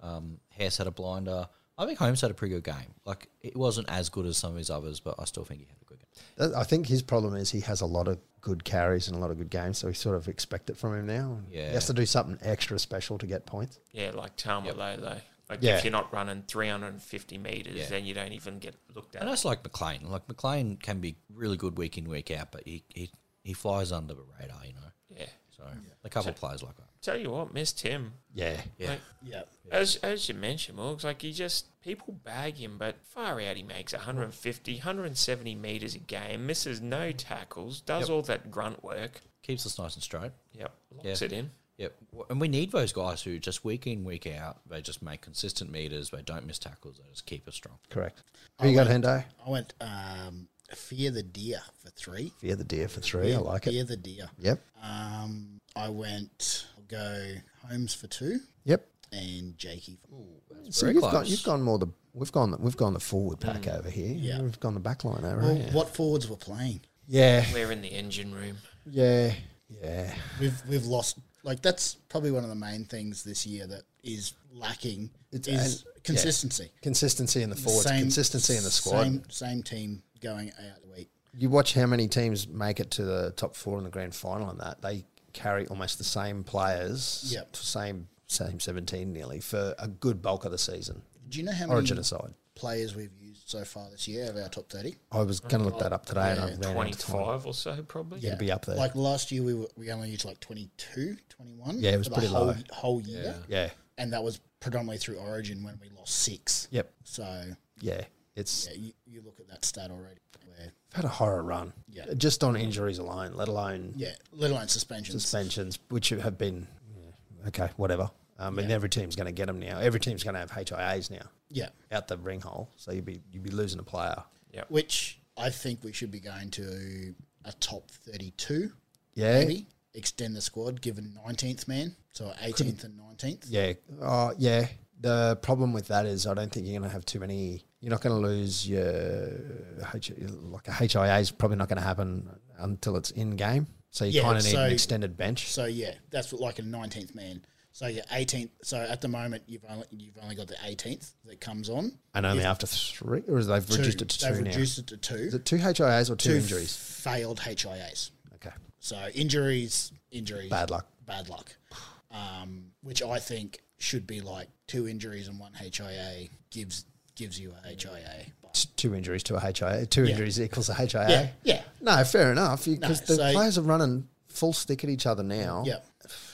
D: Um, Hess had a blinder. I think Holmes had a pretty good game. Like it wasn't as good as some of his others, but I still think he had a good game.
B: That- I think his problem is he has a lot of good carries and a lot of good games, so we sort of expect it from him now. And
D: Yeah.
B: He has to do something extra special to get points.
A: Yeah, like Tama Lolo. Like
B: Yeah.
A: if you're not running 350 meters,
D: Yeah.
A: then you don't even get looked at.
D: And that's like McLean. Like McLean can be really good week in week out, but he he, he flies under the radar, you know.
A: yeah.
D: So a couple of players like that.
A: Tell you what, missed him.
B: Yeah.
D: Yeah.
A: Like,
C: Yeah,
A: As, as you mentioned, Morgs, like he just, people bag him, but far out he makes 150, 170 metres a game, misses no tackles, does all that grunt work.
D: Keeps us nice and straight.
A: Yep, locks
D: Yeah.
A: it in.
D: Yep. W- And we need those guys who just week in, week out, they just make consistent meters, they don't miss tackles, they just keep us strong.
B: Correct. Who you got, Hendo?
C: I went um, fear the deer for three.
B: Fear the deer for three. I like it.
C: Fear the deer.
B: Yep.
C: Um, I went. I'll go Holmes for two
B: Yep.
C: and Jakey. For,
B: So
D: very
B: you've
D: close.
B: gone, you've gone more the we've gone the, we've gone the forward pack over here.
C: Yeah.
B: We've gone the back line over
C: well,
B: here.
C: what forwards were playing?
B: Yeah.
A: We're in the engine room.
B: Yeah. Yeah.
C: We've we've lost. Like that's probably one of the main things this year that is lacking
B: It's-
C: is
B: and- yeah.
C: consistency.
B: Consistency in the forwards, consistency in the squad.
C: Same, same team going out the week.
B: You watch how many teams make it to the top four in the grand final, and that they carry almost the same players,
C: Yep.
B: same same seventeen nearly for a good bulk of the season.
C: Do you know how
B: Origin
C: many
B: aside,
C: players we've used so far this year of our top thirty?
B: I was going to look that up today, and I ran out of time.
A: 25 or so, probably.
C: Yeah.
B: be up there.
C: Like last year, we were, we only used like 22, 21.
B: Yeah, it was
C: for
B: pretty
C: the whole,
B: low.
C: Whole year,
B: Yeah,
C: and that was predominantly through Origin when we lost six.
B: yep,
C: So
B: yeah. It's
C: yeah, you, you look at that stat already. Where
B: we've had a horror run,
C: Yeah.
B: just on injuries alone, let alone
C: yeah, let alone suspensions.
B: suspensions, which have been yeah, okay, whatever. Um, And every team's going to get them now. Every team's going to have HIAs now
C: yeah,
B: out the ring hole, so you'd be you'd be losing a player.
C: which I think we should be going to a top thirty-two.
B: Yeah,
C: Maybe extend the squad, given nineteenth man, so eighteenth and nineteenth.
B: Yeah. Uh, yeah. The problem with that is I don't think you're going to have too many. You're not going to lose your H, like a HIA is probably not going to happen until it's in game. So you
C: Yeah,
B: kind of need
C: so-
B: an extended bench.
C: So yeah, that's what, like a nineteenth man. So your eighteenth. So at the moment, you've only you've only got the eighteenth that comes on.
B: And only after three, or is they've reduced it to 2
C: They've
B: now.
C: reduced it to two.
B: is it two HIAs or two,
C: two
B: injuries?
C: failed HIAs.
B: Okay.
C: So injuries, injuries,
B: Bad luck.
C: bad luck. Um, which I think should be like two injuries and one HIA gives gives you a HIA. But
B: It's two injuries to a HIA. Two injuries equals a HIA.
C: yeah, yeah,
B: No, fair enough. Because the
C: so-
B: players are running full stick at each other now.
C: yeah.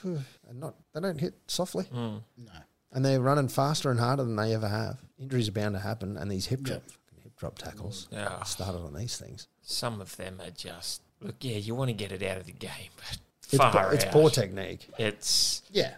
B: And not, they don't hit softly.
A: Hmm.
C: No,
B: and they're running faster and harder than they ever have. Injuries are bound to happen, and these hip drop, fucking hip drop tackles
A: Mm. Yeah.
B: started on these things.
A: Some of them are just, look, yeah, you want to get it out of the game, but
B: It's,
A: far
B: po-
A: out.
B: it's poor technique.
A: It's
C: yeah,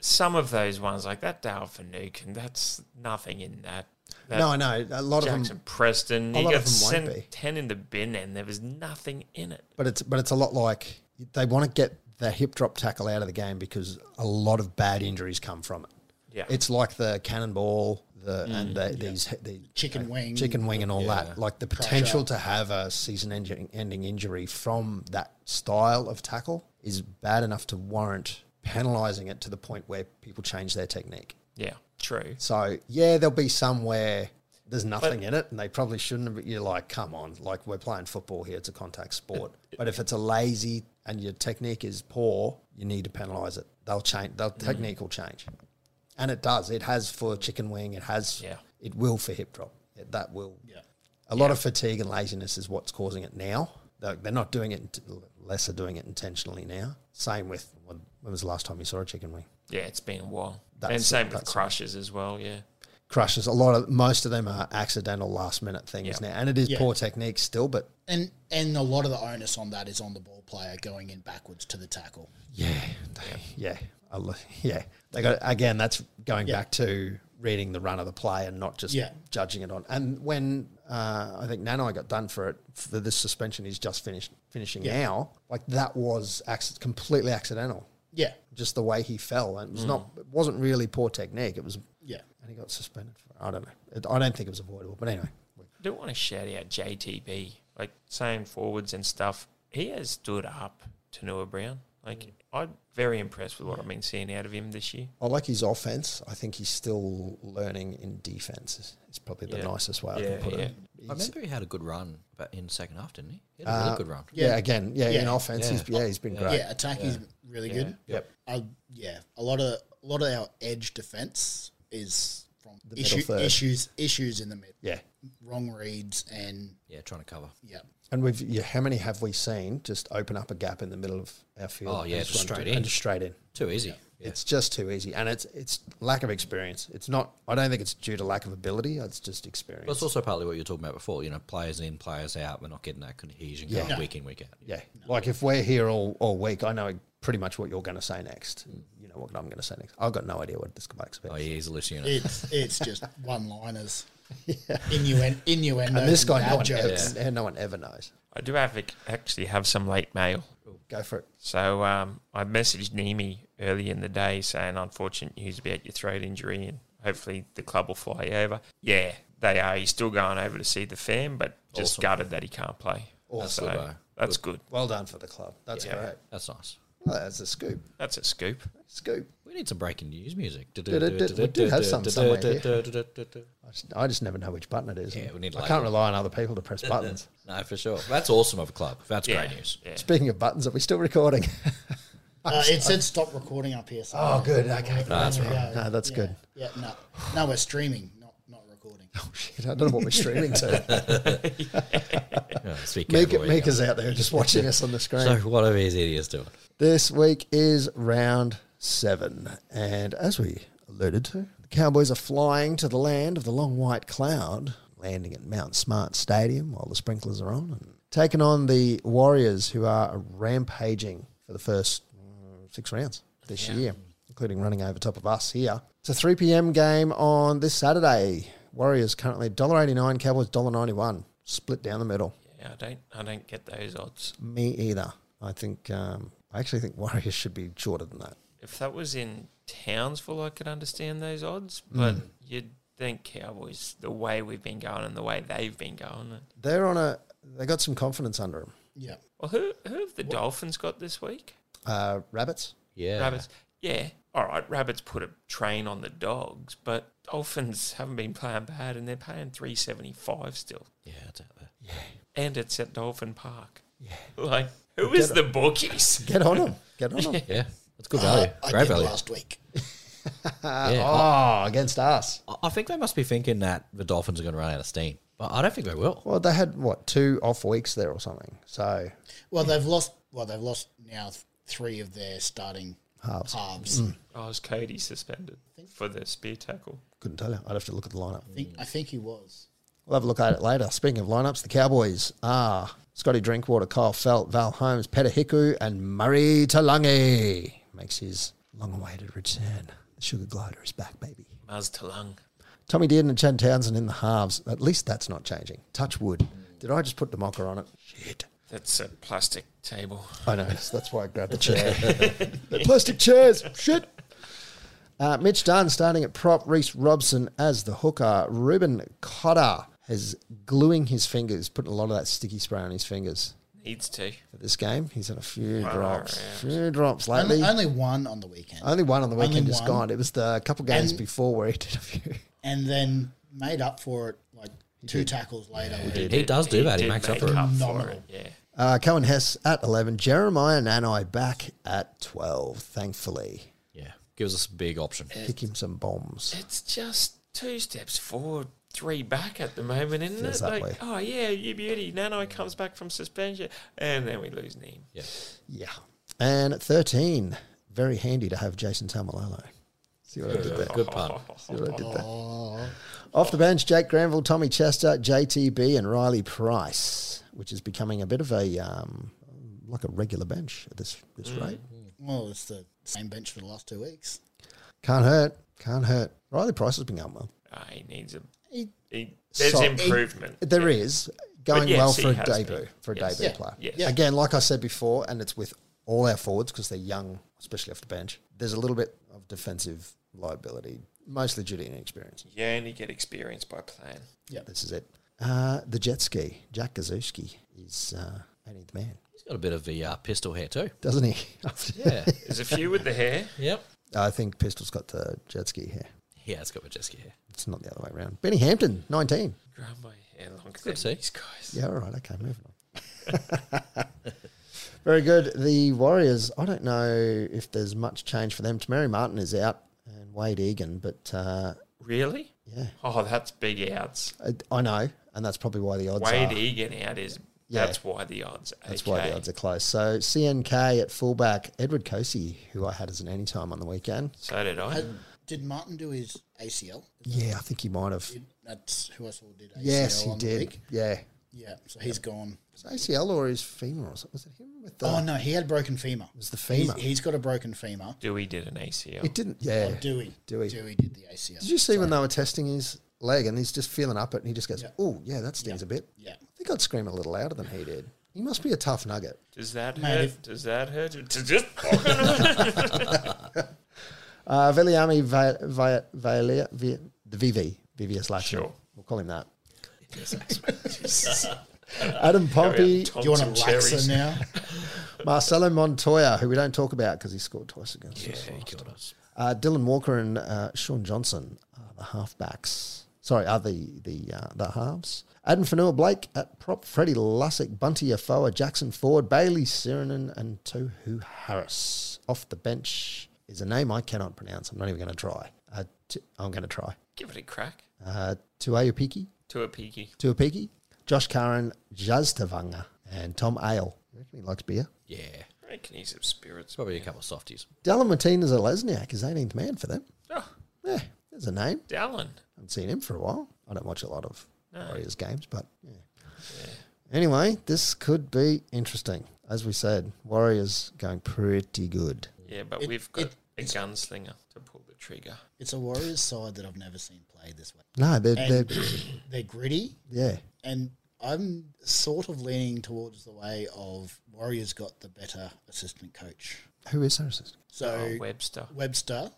A: some of those ones, like that Dale for Nukin, that's nothing in that. that
B: no, I know a lot of
A: Jackson
B: them,
A: Preston,
B: a
A: you
B: lot of
A: got
B: them
A: sent
B: won't be.
A: 10 in the bin and there was nothing in it.
B: but it's but it's a lot like they want to get the hip drop tackle out of the game because a lot of bad injuries come from it.
A: Yeah. Mm.
B: It's like the cannonball, the and the, these the
C: chicken wing.
B: chicken wing and all that. Like the potential to have a season ending, ending injury from that style of tackle is bad enough to warrant penalising it to the point where people change their technique.
A: yeah, true.
B: So yeah, there'll be some where there's nothing in it, and they probably shouldn't. But you're like, come on, like we're playing football here; it's a contact sport. But if it's a lazy and your technique is poor, you need to penalise it. They'll change.
C: Mm.
B: The technique will change, and it does. It has for chicken wing. It has.
A: Yeah.
B: It will for hip drop. that will.
C: Yeah.
B: A lot of fatigue and laziness is what's causing it now. They're, they're not doing it, int- less are doing it intentionally now. Same with when, when was the last time you saw a chicken wing?
A: Yeah, it's been a while. and
B: That's it,
A: same with
B: that's it.
A: crushes as well. Yeah,
B: Crushes, a lot of, most of them are accidental last minute things
A: Yeah.
B: now. And it is
C: Yeah.
B: poor technique still, but
C: And and a lot of the onus on that is on the ball player going in backwards to the tackle.
B: Yeah, they- yeah, I lo- yeah. They got again. That's going
C: Yeah.
B: back to reading the run of the play and not just
C: Yeah.
B: judging it on. And when uh, I think Nanai got done for it for this suspension, he's just finished finishing now. Like that was acc- completely accidental.
C: Yeah.
B: Just the way he fell, and it was
C: Mm.
B: not. It wasn't really poor technique. It was,
C: Yeah.
B: and he got suspended for. I don't know. It, I don't think it was avoidable. But anyway,
A: I do want to shout out JTB, like same forwards and stuff. He has stood up to Noah Brown.
B: Mm.
A: Like I'm very impressed with what I've been seeing out of him this year.
B: I like his offense. I think he's still learning in defense. It's probably the
A: Yeah.
B: nicest way I
A: Yeah,
B: can put
A: yeah.
B: it.
D: I
B: He's-
D: remember he had a good run but in the second half, didn't he? He had a really good run.
B: Yeah,
C: Yeah.
B: again, yeah, in
C: Yeah.
B: offense,
D: Yeah.
B: he's yeah, he's been great.
C: Yeah, attack is really good.
B: Yep.
C: I, yeah, a lot of a lot of our edge defense is from
B: The middle
C: issue,
B: third.
C: issues issues in the mid,
B: Yeah.
C: wrong reads and
D: Yeah, trying to cover.
C: yeah,
B: And we've yeah, how many have we seen just open up a gap in the middle of our field?
D: Oh, yeah,
B: and
D: just
B: run
D: straight
B: to-
D: in.
B: And just straight in.
D: Too easy. Yeah.
B: It's just too easy, and it's it's lack of experience. It's not. I don't think it's due to lack of ability. It's just
D: But it's
B: experience.
D: also partly what you were talking about before. You know, players in, players out. We're not getting that cohesion
B: Yeah.
D: going
B: No.
D: week in, week out.
B: Yeah, like if we're here all, all week, I know pretty much what you're going to say next. You know what I'm going to say next. I've got no idea what this comeback's about.
D: Oh, yeah, he's a loose unit.
C: it's it's just one liners, innuendo, innuendo,
B: And this guy,
C: bad
B: no one,
C: jokes.
B: ever, no one ever knows.
A: I do have actually have some late mail.
B: Go for it.
A: So um, I messaged Nimi early in the day saying unfortunate news about your throat injury and hopefully the club will fly you over. Yeah, they are. He's still going over to see the fam, but just
D: Awesome.
A: gutted that he can't play.
B: Awesome.
A: So
D: That's good, though.
A: that's good.
B: Well done for the club. That's
A: Yeah.
B: great.
D: That's nice.
B: Well, that's a scoop.
A: That's a scoop.
B: Scoop.
D: We need some breaking news music. We
B: We do have some somewhere here. I just, I just never know which button it is.
D: Yeah, we need
B: I
D: like-
B: can't rely on other people to press buttons.
D: No, for sure. That's awesome of a club. That's
A: Yeah.
D: great news.
A: Yeah.
B: Speaking of buttons, are we still recording?
C: Uh, it said stop recording up here. So
B: oh, good. Okay, that's
C: Yeah,
B: right. No, that's
C: yeah,
B: good.
C: Yeah, no, no, we're streaming, not not recording.
B: Oh, shit, I don't know what we're streaming to.
D: Yeah, let's be
B: Mika,
D: careful here.
B: Mika's out there just watching us on the screen.
D: So whatever his idiot's doing.
B: This week is round seven. And as we alluded to, the Cowboys are flying to the land of the long white cloud, landing at Mount Smart Stadium while the sprinklers are on, and taking on the Warriors, who are rampaging for the first mm, six rounds this year, including running over top of us here. It's a 3 p.m. game on this Saturday. Warriors currently $1.89, Cowboys $1.91, split down the middle.
A: Yeah, I don't I don't get those odds.
B: Me either. I think um, I actually think Warriors should be shorter than that.
A: If that was in Townsville I could understand those odds,
D: Hmm.
A: but you'd think Cowboys the way we've been going and the way they've been going.
B: They're on a. They got some confidence under them.
C: Yeah,
A: Well who who have the Dolphins got this week?
B: Uh, rabbits.
D: Yeah.
A: Rabbits. Yeah. All right. Rabbits put a train on the dogs, but Dolphins haven't been playing bad, and they're paying three seventy five still,
D: Yeah, it's out there.
A: and it's at Dolphin Park. Yeah. Like, who is the bookies?
B: Get on them. Get on them.
D: Yeah. That's good value.
C: Uh, I
D: great
C: did
D: value.
C: last week.
D: Yeah.
B: Oh, against us.
D: I- I think they must be thinking that the Dolphins are going to run out of steam, but I don't think they will.
B: Well, they had what two off weeks there or something. So
C: Well, they've lost. Well, they've lost now th- three of their starting halves. halves.
B: Mm.
A: Oh, is Cody suspended for the spear tackle?
B: couldn't tell you. I'd have to look at the lineup.
C: I think I think he was.
B: We'll have a look at it later. Speaking of lineups, the Cowboys are Scotty Drinkwater, Kyle Felt, Val Holmes, Peter Hiku, and Murray Talangi makes his long-awaited return. The Sugar Glider is back, baby.
A: Maz Talung.
B: Tommy Dearden and Chad Townsend in the halves. At least that's not changing. Touch wood. Did I just put Democker on it? Shit.
A: That's a plastic table.
B: I know. That's why I grabbed the chair. They're plastic chairs. Shit. Uh, Mitch Dunn starting at prop. Reese Robson as the hooker. Ruben Cotter has gluing his fingers, putting a lot of that sticky spray on his fingers
A: Needs to.
B: for this game. He's had a few
A: Wow,
B: drops.
A: yeah.
B: Few drops lately.
C: Only,
B: Only,
C: only one on the weekend,
B: one on the weekend
C: only
B: just
C: one.
B: gone. It was the couple games
C: And-
B: before where he did a few.
C: and then made up for it like two tackles later. with
D: He does do that. He
A: did
D: makes up
A: make
D: for it.
A: for
C: Phenomenal.
A: it. Yeah.
B: Uh, Cohen Hess at 11. Jeremiah Nanai back at 12, thankfully.
D: Yeah. Gives us a big option.
B: Kick him some bombs.
A: It's just two steps forward, three back at the moment, isn't
B: Feels
A: it?
B: that
A: Like,
B: way.
A: oh yeah, you beauty. Nanai comes back from suspension, and then we lose Neem.
D: Yeah.
B: Yeah. And at 13, very handy to have Jason Tamalolo. See what I did there?
D: Good pun.
B: See what I did there? Off the bench, Jake Granville, Tommy Chester, JTB, and Riley Price, which is becoming a bit of a um, like a regular bench at this this
A: Mm.
B: rate.
C: Well, it's the same bench for the last two weeks.
B: Can't hurt. Can't hurt. Riley Price has been going well.
A: Ah, he needs him.
C: He-
A: He, there's
B: So-
A: improvement.
B: There is going
A: yes,
B: well
A: he
B: for a
A: has
B: debut
A: been.
B: for a
A: Yes.
B: debut
C: Yeah,
B: player.
A: yes.
C: Yeah.
B: Again, like I said before, and it's with all our forwards because they're young, especially off the bench. There's a little bit of defensive liability, mostly due to inexperience.
A: You only get experience by playing.
B: This is it. Uh, the jet ski, Jack Gazowski is uh, 18th man,
D: He's got a bit of the uh, pistol hair too.
B: doesn't he?
D: Yeah.
A: There's a few with the hair.
D: yep.
B: I think Pistol's got the jet ski here.
D: Yeah, it's got the jet ski hair.
B: It's not the other way around. Benny Hampton, 19.
A: Grab my hair longer than
D: Good see.
A: these guys.
B: Yeah, all right. Okay, moving on. Very good. The Warriors, I don't know if there's much change for them. Tamari Martin is out and Wade Egan, but uh,
A: Really?
B: yeah,
A: Oh, that's big outs.
B: I- I know. And that's probably why the odds
A: Wade
B: are.
A: Egan out is.
B: uh, Yeah.
A: That's why the odds.
B: That's why the odds are close. So CNK at fullback, Edward Cosey, who I had as an anytime on the weekend.
A: So did I.
C: Has, did Martin do his ACL?
B: Yeah, I think he might have.
C: Did- That's who I saw did ACL.
B: Yes, he
C: on The
B: did.
C: week.
B: Yeah.
C: Yeah, so he's gone.
B: Was it ACL or his femur or something? Was it him with the?
C: Oh no, he had broken femur.
B: was the
C: He's,
B: femur.
C: he's got a broken femur.
A: Dewey did an ACL.
B: It didn't. Yeah.
C: Oh, Dewey.
B: Dewey.
C: Dewey did the ACL.
B: Did you see when they were testing his leg and he's just feeling up it and he just goes,
C: Yeah.
B: "Oh yeah, that stings a bit."
C: Yeah.
B: I think I'd scream a little louder than he did. He must be a tough nugget.
A: Does that
C: Mate,
A: hurt?
C: if-
A: Does that hurt? Does just
B: Uh, Viliami Va- Va- Vaelia- Vi- the VV, VVS Lachlan.
A: Sure.
B: We'll call him that. Adam Pompey,
A: Do
C: Do you want a laxer now?
B: Marcelo Montoya, who we don't talk about because he scored twice against us.
D: Yeah, he killed us.
B: Uh, Dylan Walker and uh, Sean Johnson are the halfbacks. Sorry, are the the uh, the halves. Adam Fanua Blake at prop, Freddie Lussick, Bunty Afoa, Jackson Ford, Bailey Sirinen, and Tohu Harris. Off the bench is a name I cannot pronounce. I'm not even going to try. Uh, t- I'm going to try.
A: Give it a crack.
B: Uh, Tuayupiki,
A: To a peaky.
B: Tuapiki, Josh Curran, Jaz Tavanga, and Tom Ale. You reckon he likes beer?
D: Yeah.
A: I reckon he's of spirits.
D: Probably a couple of softies.
B: Dylan Martinez at Lesniak is 18th man for them.
A: Oh,
B: Yeah, there's a name.
A: Dallin.
B: haven't seen him for a while. I don't watch a lot of
A: No.
B: Warriors games, but yeah. Anyway, this could be interesting. As we said, Warriors going pretty good.
A: Yeah, but
C: It-
A: we've got
C: it-
A: a gunslinger to pull the trigger.
C: It's a Warriors side that I've never seen play this way.
B: No, they're,
C: And
B: they're
C: they're gritty,
B: yeah,
C: and I'm sort of leaning towards the way of Warriors got the better assistant coach.
B: who is their assistant?
C: So
A: Oh, Webster.
C: Webster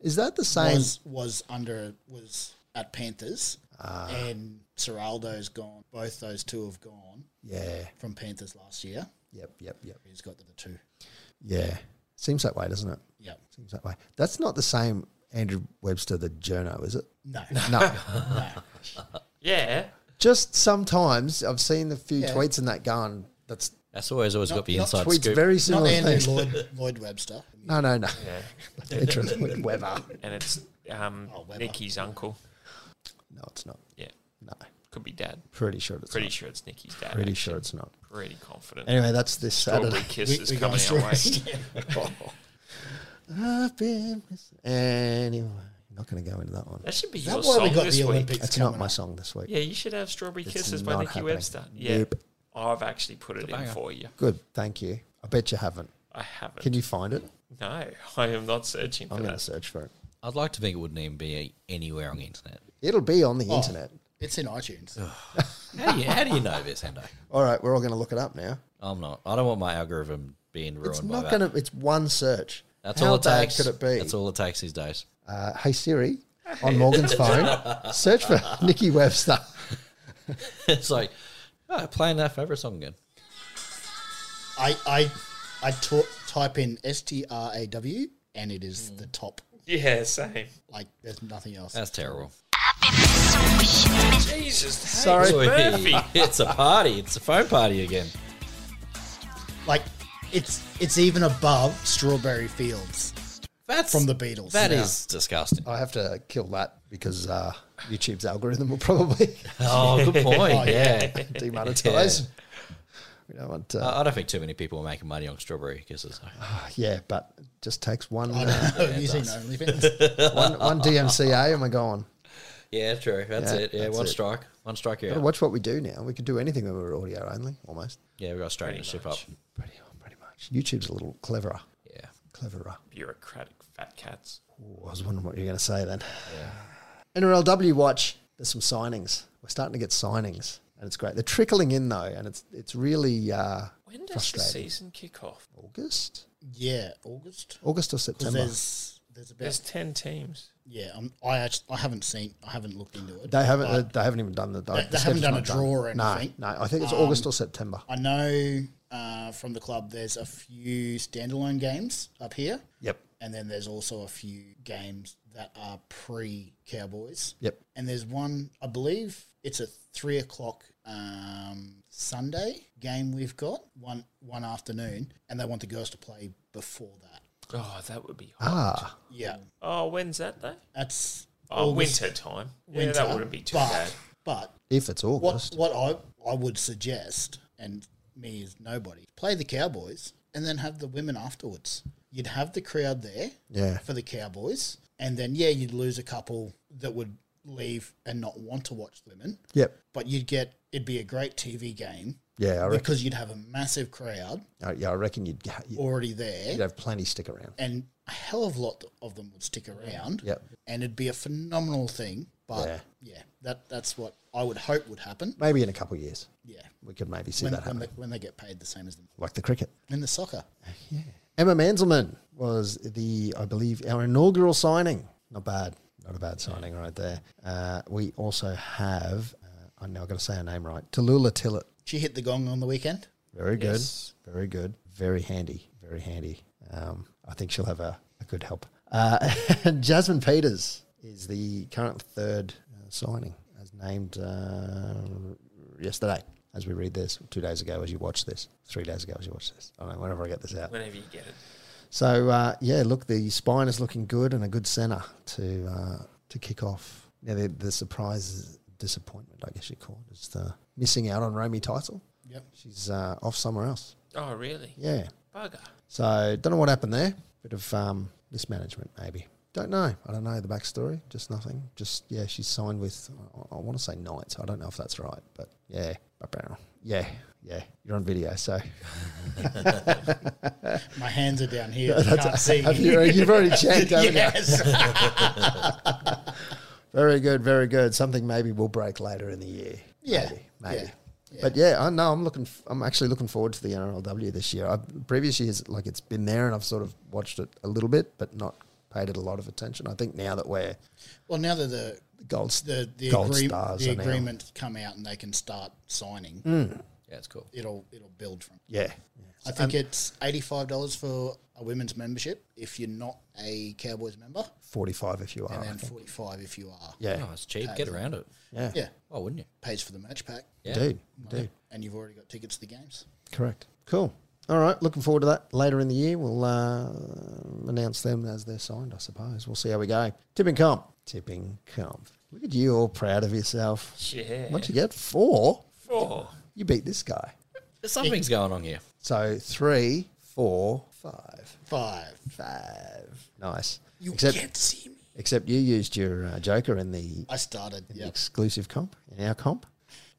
B: Is that the same?
C: was was under was at Panthers,
B: Ah.
C: and Seraldo's gone. Both those two have gone
B: yeah,
C: from Panthers last year.
B: yep, yep, yep,
C: He's got the two.
B: yeah. Seems that way, doesn't it?
C: Yeah.
B: Seems that way. That's not the same Andrew Webster, the journo, is it?
C: No.
B: No,
A: Yeah.
B: just sometimes I've seen a few
C: Yeah.
B: tweets and that going. That's
D: That's always always got the
C: not
D: inside
B: tweets
D: scoop.
B: very
C: Not
B: similar.
C: Andrew
B: things.
C: Lloyd, Lloyd Webster.
B: No, no, no.
A: Yeah.
B: Andrew Lloyd Webber.
A: And it's um,
C: Oh, Webber.
A: Nicky's uncle.
B: No, it's not.
A: Yeah.
B: No,
A: Could be dad.
B: pretty sure it's
A: Pretty
B: not.
A: sure it's Nicky's dad.
B: pretty
A: actually.
B: sure it's not.
A: Pretty confident.
B: Anyway, that's this
A: Strawberry
B: Saturday.
A: kisses
C: We- we
A: coming
C: got
A: our way.
C: through.
B: I've been missing- anyway, I'm not going to go into that one.
A: That should be
C: Is that
A: your
C: why we
A: song
C: got
A: this
C: the
A: week.
C: Olympics
B: That's
C: coming
B: not my
C: up?
B: song this week.
A: Yeah, you should have Strawberry
B: It's
A: Kisses by
B: not
A: Nicky
B: happening.
A: Webster. Yeah.
B: Nope.
A: I've actually put it in
D: banger.
A: for you.
B: Good, thank you. I bet you haven't.
A: I haven't.
B: Can you find it?
A: No, I am not searching for
B: I'm going to
A: that.
B: search for it.
D: I'd like to think it wouldn't even be anywhere on the internet.
B: It'll be on the internet.
C: It's in iTunes.
D: How do you, how do you know this, Hendo?
B: All right, we're all going to look it up now.
D: I'm not. I don't want my algorithm being ruined
B: It's
D: by
B: not
D: that.
B: going to. It's one search.
D: That's
B: How
D: all it
B: bad
D: takes.
B: could it be?
D: That's all it takes these days.
B: Uh, hey Siri, on Morgan's phone, search for Nikki Webster.
D: it's like oh, playing that favorite song again.
C: I I I ta- type in S T R A W and it is the top.
A: Yeah, same.
C: Like there's nothing else.
D: That's terrible.
A: Jesus,
B: Sorry.
A: sorry, Murphy.
D: it's a party. It's a phone party again.
C: Like it's it's even above Strawberry Fields.
D: That's
C: from the Beatles.
D: That is
C: Yeah.
D: disgusting.
B: I have to kill that because uh, YouTube's algorithm will probably
D: Oh, good point. yeah.
B: demonetize. We don't want. Uh,
D: I I don't think too many people are making money on strawberry kisses.
B: yeah, but it just takes one
C: Ah. I
B: uh,
C: don't know. Have you seen OnlyFans?
B: one, one DMCA and we're gone.
D: yeah, true. That's
B: Yeah,
D: it. Yeah,
B: that's
D: one
B: it.
D: strike. One strike, yeah.
B: Gotta watch what we do now. We could do anything when we're audio only, almost.
D: Yeah, we got to straighten the ship up.
B: Pretty, pretty much. YouTube's a little cleverer.
D: Yeah.
B: Cleverer.
A: Bureaucratic fat cats.
B: Ooh, I was wondering what you were going to say then. NRLW watch. There's some signings. We're starting to get signings, and it's great. They're trickling in though, and it's it's really uh,
A: When does the
B: frustrating.
A: season kick off?
B: August,
C: yeah, August.
B: August or
C: 'Cause
B: Oh, September.
C: there's there's about
A: There's 10 teams.
C: yeah. I'm, I actually, I haven't seen. I haven't looked into it.
B: They haven't.
C: but
B: they, they haven't even done the.
C: they
B: the
C: haven't
B: schedule's
C: done
B: not
C: a draw or anything. Um,
B: No, no. I think it's August or September.
C: I know uh, from the club. There's a few standalone games up here,
B: Yep.
C: and then there's also a few games that are pre Cowboys.
B: Yep.
C: And there's one, I believe it's a three o'clock um, Sunday game we've got one one afternoon, and they want the girls to play before that.
A: Oh, that would be hot.
B: Ah,
C: Yeah,
A: Oh, when's that though?
C: that's
A: Oh,
C: August-
A: winter time. yeah,
C: winter,
A: that wouldn't be too
C: but,
A: bad.
C: But
B: if it's
C: what
B: August,
C: what I I would suggest, and me is nobody, play the Cowboys and then have the women afterwards. You'd have the crowd there
B: yeah,
C: for the Cowboys, and then yeah, you'd lose a couple that would leave and not want to watch the women.
B: yep,
C: but you'd get it'd be a great TV game
B: yeah. I reckon.
C: because you'd have a massive crowd
B: uh, yeah, I reckon you'd ha- you'd
C: already there,
B: you'd have plenty stick around.
C: and a hell of a lot of them would stick around.
B: Yep.
C: and it'd be a phenomenal thing. But yeah,
B: Yeah.
C: that that's what I would hope would happen.
B: Maybe in a couple of years,
C: Yeah,
B: we could maybe see
C: when,
B: that
C: when,
B: happen,
C: they, when they get paid the same as them
B: like the cricket.
C: in the soccer.
B: Emma Manzelman was the, I believe, our inaugural signing. Not bad. Not a bad signing right there. Uh, we also have, uh, I'm now going to say her name right, Tallulah Tillett.
C: She hit the gong on the weekend.
B: Very good.
A: Yes.
B: Very good. Very handy. Very handy. Um, I think she'll have a, a good help. Uh, and Jasmine Peters is the current third uh, signing, as named uh, yesterday, as we read this, two days ago as you watch this, three days ago as you watch this. I don't know, whenever I get this out.
A: Whenever you get it.
B: So uh, yeah, look, the spine is looking good and a good centre to uh, to kick off. Now the, the surprise disappointment, I guess you call it, is the missing out on Romy Title.
C: Yep.
B: She's uh, off somewhere else.
A: Oh, really?
B: Yeah.
A: Bugger.
B: So don't know what happened there. Bit of um, mismanagement, maybe. Don't know. I don't know the backstory. Just nothing. Just yeah, she's signed with. I, I want to say Knights. I don't know if that's right, but yeah, yeah, yeah. You're on video, so
C: My hands are down here. I can't see.
B: have you, you've already checked. haven't you?
C: yes.
B: Very good, very good. Something maybe will break later in the year.
C: Yeah,
B: maybe, maybe.
C: yeah,
B: But yeah, I know I'm looking. F- I'm actually looking forward to the NRLW this year. I, previous years, like it's been there, and I've sort of watched it a little bit, but not paid it a lot of attention. I think now that we're
C: well, now that the
B: gold,
C: the the,
B: gold
C: agree-
B: stars,
C: the
B: are now- Mm.
C: agreements come out and they can start signing,
D: Yeah, it's cool.
C: it'll it'll build from.
B: yeah,
C: I
B: um,
C: think it's eighty five dollars for a women's membership if you're not a Cowboys member,
B: forty five if you are.
C: and
B: Oh, I
C: then
B: think.
C: forty five if you are.
B: Yeah,
D: Oh, it's cheap. Get around it.
B: yeah,
C: Yeah,
D: Why wouldn't you?
C: pays for the merch pack,
D: Yeah.
B: indeed, indeed.
C: and you've already got tickets to the games.
B: Correct. Cool. All right. Looking forward to that later in the year. We'll uh, announce them as they're signed, I suppose. We'll see how we go. Tipping comp. Tipping comp. Look at you all proud of yourself.
A: Yeah.
B: What'd you get? Four.
A: Four.
B: You beat this guy.
D: Something's going on here.
B: So three, four, five.
C: Five.
B: Five. Nice.
C: You
B: except,
C: can't see me.
B: except you used your uh, Joker in the
C: I started. Yeah.
B: exclusive comp, in our comp,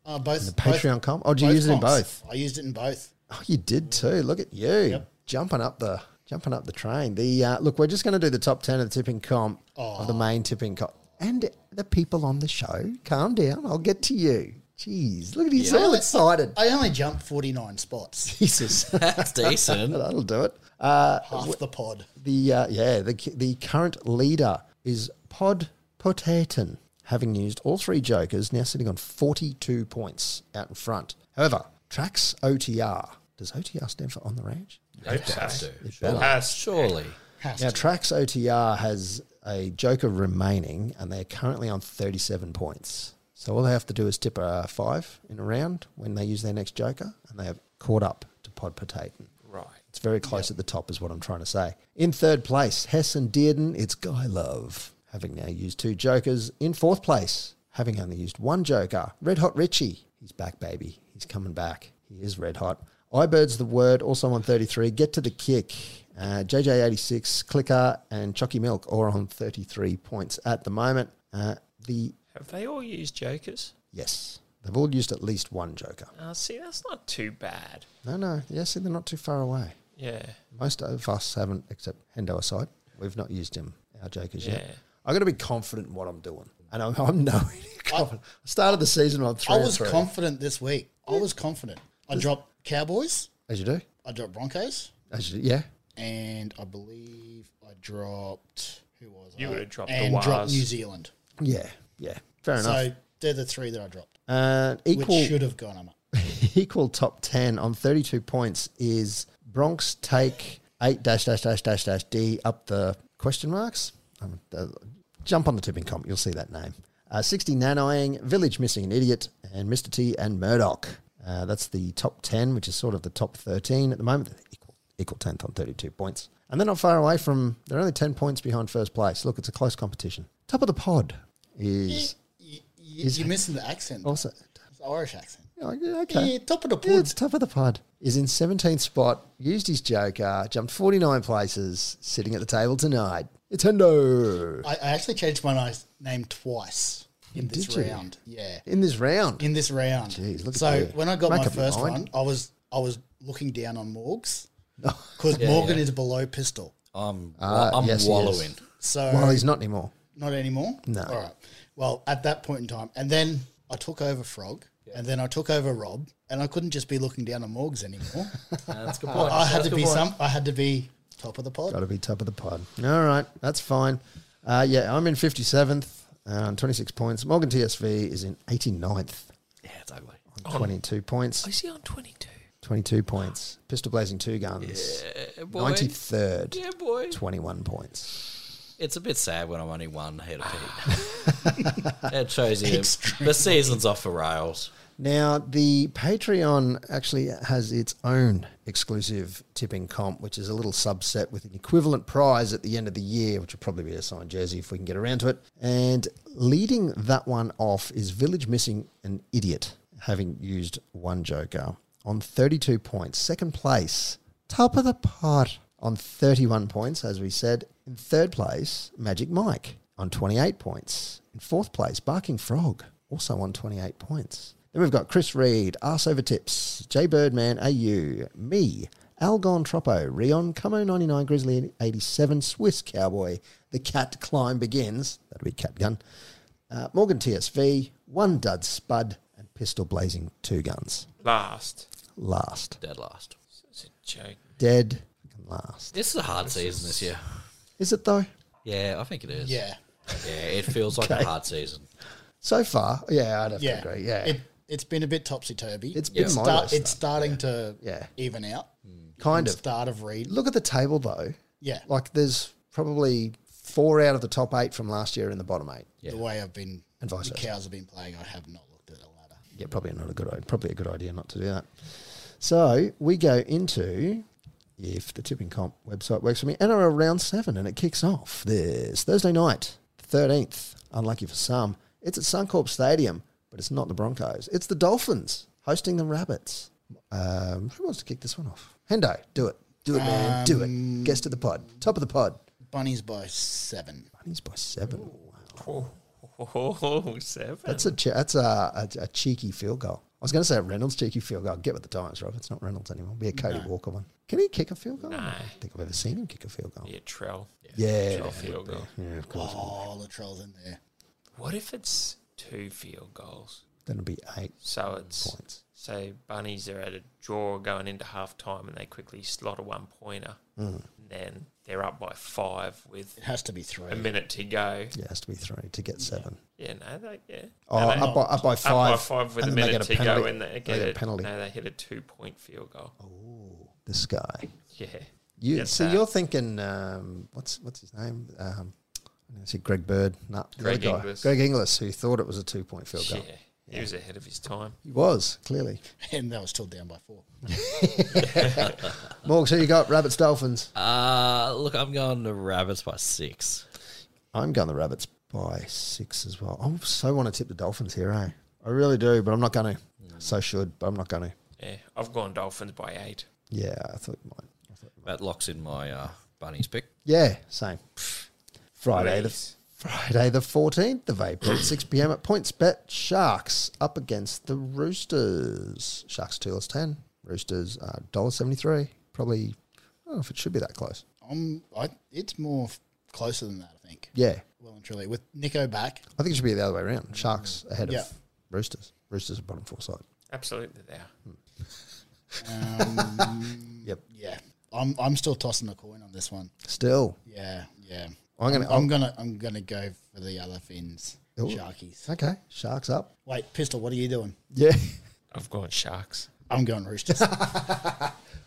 C: Uh, both
B: the
C: both-
B: Patreon comp. Oh, did you use it in
C: comps.
B: both?
C: I used it in both.
B: Oh, you did too. Look at you jumping up the jumping up the train. The uh, look, we're just going to do the top ten of the tipping comp of the main tipping comp, and the people on the show. Calm down. I'll get to you. Jeez, look at he's all excited.
C: I only jumped forty nine spots,
B: Jesus,
D: That's decent.
B: that'll do it. Uh,
C: half the pod.
B: the uh, yeah, the the current leader is Pod Potaton, having used all three jokers, now sitting on forty two points out in front. However, tracks OTR. Does OTR stand for on the range?
A: Hope so.
D: Dude,
A: Has-
D: Surely.
C: Has
B: Now,
C: to.
B: Trax OTR has a Joker remaining, and they're currently on 37 points. So all they have to do is tip a five in a round when they use their next Joker, and they have caught up to Pod Potaton.
A: Right.
B: It's very close at the top, is what I'm trying to say. In third place, Hess and Dearden, it's Guy Love, having now used two Jokers. In fourth place, having only used one Joker, Red Hot Richie. He's back, baby. He's coming back. He is red hot. Ibird's the word, also on 33. Get to the kick. Uh, JJ86, Clicker, and Chucky Milk are on 33 points at the moment. Uh, the
A: Have they all used jokers?
B: Yes. They've all used at least one Joker.
A: Uh, see, that's not too bad.
B: No, no. Yeah, see, they're not too far away.
A: Yeah.
B: Most of us haven't, except Hendo aside. We've not used him, our Jokers
A: Yeah.
B: yet. I've got to be confident in what I'm doing. And I'm, I'm knowing confident. I started the season on three.
C: I
B: and
C: was
B: three.
C: confident this week. I was confident. I dropped Cowboys.
B: As you do.
C: I dropped Broncos,
B: As you, yeah.
C: and I believe I dropped who was
A: You
C: I?
A: would have dropped the
C: and dropped
A: Waz.
C: New Zealand.
B: Yeah. Yeah. Fair enough.
C: So they're the three that I dropped,
B: Uh,
C: which
B: equal
C: should have gone up.
B: equal top 10 on 32 points is Bronx take 8 dash dash dash dash dash D up the question marks. Um, uh, jump on the tipping comp, you'll see that name. Uh, 60 Nanoing, Village Missing an Idiot, and Mr. T and Murdoch. Uh, that's the top 10, which is sort of the top 13 at the moment. They're Equal, equal 10th on 32 points. And they're not far away from, they're only 10 points behind first place. Look, it's a close competition. Top of the pod is
C: You, you, Eh, you're missing the accent.
B: also,
C: It's Irish accent.
B: oh, yeah, okay.
C: Yeah, top of the
B: Yeah,
C: pod.
B: it's top of the pod. Is in 17th spot, used his joker, jumped 49 places, sitting at the table tonight. It's Hendo.
C: I, I actually changed my nice name twice in this
B: Did you?
C: round. Yeah,
B: In this round.
C: in this round.
B: Jeez, look at
C: so
B: you.
C: when I got
B: Make
C: my
B: up your
C: first
B: mind.
C: one, I was I was looking down on Morgs because Morgan is below pistol.
D: I'm,
B: Ah,
D: I'm
B: yes, he is.
D: wallowing.
C: So
B: well, Oh, he's not anymore.
C: Not anymore?
B: No.
C: All right. Well, at that point in time. And then I took over Frog. And then I took over Rob. And I couldn't just be looking down on Morgs anymore.
D: That's a good point.
C: I had to be some I had to be top of the pod.
B: Got to be top of the pod. All right, that's fine. Uh, yeah, I'm in 57th on 26 points. Morgan TSV is in 89th
D: Yeah, it's ugly.
B: on 22 points.
A: Oh, Is he on 22?
B: 22 points. Pistol Blazing Two Guns.
D: boy.
B: 93rd.
D: Yeah, boy.
B: 21 points.
D: It's a bit sad when I'm only one head of Pete. that shows you
C: Extremely.
D: the season's off the rails.
B: Now, the Patreon actually has its own exclusive tipping comp, which is a little subset with an equivalent prize at the end of the year, which will probably be a signed jersey if we can get around to it. And leading that one off is Village Missing an Idiot, having used one Joker on 32 points. Second place, top of the pot on 31 points, as we said. In third place, Magic Mike on 28 points. In fourth place, Barking Frog, also on 28 points. Then we've got Chris Reed, Arse Over Tips, J Birdman AU, me, Algon Troppo, Rion, Como 99, Grizzly 87, Swiss Cowboy, The Cat Climb Begins, that'd be Cat Gun, uh, Morgan TSV, One Dud Spud, and Pistol Blazing Two Guns.
A: Last.
B: Last.
D: Dead last.
A: It's a joke.
B: Dead and last.
D: This is a hard season this year.
B: Is it though?
D: Yeah, I think it is.
C: Yeah.
D: Yeah, it feels like a hard season.
B: So far, yeah, I'd have
C: Yeah.
B: to agree. Yeah,
C: It it's been a bit topsy turvy.
B: It's been my worst
C: it's
B: stuff,
C: starting to
B: Yeah. Mm.
C: even out.
B: kind of.
C: Start of read.
B: Look at the table though.
C: Yeah.
B: Like there's probably four out of the top eight from last year in the bottom eight.
D: Yeah.
C: The way I've been
B: And vice
C: the
B: versa.
C: cows have been playing, I have not looked at the ladder.
B: Yeah, probably not a good idea. Probably a good idea not to do that. So we go into if the tipping comp website works for me, NRL round seven, and it kicks off this Thursday night, thirteenth. Unlucky for some, it's at Suncorp Stadium, but it's not the Broncos. It's the Dolphins hosting the Rabbits. Um, who wants to kick this one off? Hendo, do it, do it, man, do it. Guest of the pod, top of the pod.
C: Bunnies by seven.
B: Bunnies by seven. Wow.
A: Oh, seven.
B: That's a, che- that's a, a, a cheeky field goal. I was going to say a Reynolds cheeky field goal. Get with the times, Rob. It's not Reynolds anymore. Be a Cody Walker one. Can he kick a field goal? I don't think I've ever seen him kick a field goal.
A: yeah, Trell.
B: Yeah,
A: Trell field goal.
B: yeah, of course.
C: Oh, Latrell's in there.
A: What if it's two field goals?
B: Then it'll be eight
A: So it's
B: points.
A: so bunnies are at a draw going into half time and they quickly slot a one pointer.
B: Mm.
A: And then they're up by five with
C: It has to be three.
A: a minute to go.
B: Yeah, it has to be three to get seven.
A: Yeah, no, they, yeah.
B: Oh,
A: No, they-
B: up, by, up by
A: Up
B: five.
A: by five with a
B: and then they
A: minute
B: get a
A: to go,
B: penalty.
A: and they
B: They
A: get,
B: get a
A: a
B: penalty. Oh,
A: No, they hit a two-point field goal.
B: This guy.
A: Yeah,
B: You
A: Get
B: so
A: that.
B: you're thinking um, what's what's his name? Um, I see Greg Bird. Nah, the other
A: Greg
B: guy.
A: Inglis.
B: Greg Inglis, who thought it was a two point field
A: yeah.
B: goal.
A: He was ahead of his time.
B: He was, clearly.
C: and that was still down by four.
B: Morgs, who you got? Rabbits, Dolphins.
D: Uh, look, I'm going to Rabbits by six.
B: I'm going the Rabbits by six as well. I so want to tip the Dolphins here, eh? I really do, but I'm not going to. So should, but I'm not going to.
A: Yeah, I've gone Dolphins by eight.
B: Yeah, I thought you might. I thought you might.
D: That locks in my uh, bunnies pick.
B: Yeah, same. Friday the
A: Please.
B: Friday the fourteenth of April, six PM at Points Bet. Sharks up against the Roosters. Sharks two dollars ten. Roosters are dollar seventy three. Probably I don't know if it should be that close.
C: I'm, I, it's more f- closer than that, I think.
B: Yeah.
C: Well and truly. With Nico back,
B: I think it should be the other way around. Sharks ahead
C: Yeah.
B: of Roosters. Roosters are bottom four side.
A: Absolutely there.
B: Mm.
C: um,
B: Yep.
C: yeah, I'm, I'm still tossing a coin on this one.
B: Still.
C: Yeah, yeah.
B: I'm gonna-
C: I'm gonna, I'm gonna go for the other fins,
B: Ooh.
C: Sharkies.
B: Okay. Sharks up.
C: Wait, pistol. What are you doing?
B: Yeah.
A: I've gone Sharks.
C: I'm going Roosters.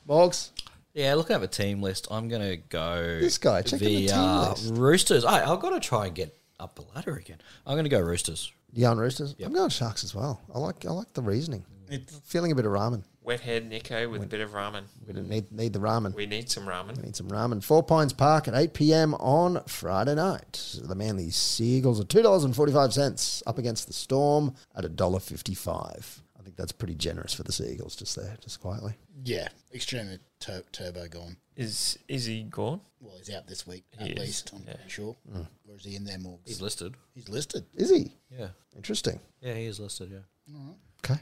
B: Morgs.
D: Yeah, looking at the team list, I'm going to go.
B: This guy, check the team list.
D: Roosters. I, I've got to try and get up the ladder again. I'm going to go Roosters.
B: Yeah, on Roosters. I'm going Sharks as well. I like I like the reasoning.
C: It's-
B: Feeling a bit of ramen.
A: Wethead Nico with a bit of ramen.
B: We didn't need need the ramen.
A: We need some ramen.
B: Need some ramen. Four Pines Park at 8 p.m. on Friday night. The Manly Seagulls are $2.45 up against the Storm at $1.55. I think that's pretty generous for the Seagulls just there, just quietly.
C: yeah, extremely tur- turbo gone.
A: Is is he gone?
C: Well, he's out this week
A: He is,
C: at least. I'm
A: yeah.
C: pretty sure.
B: Hmm.
C: Or is he in there more?
D: He's listed.
C: He's listed.
B: Is he?
D: Yeah.
B: Interesting.
D: Yeah, he is listed, yeah.
B: Okay.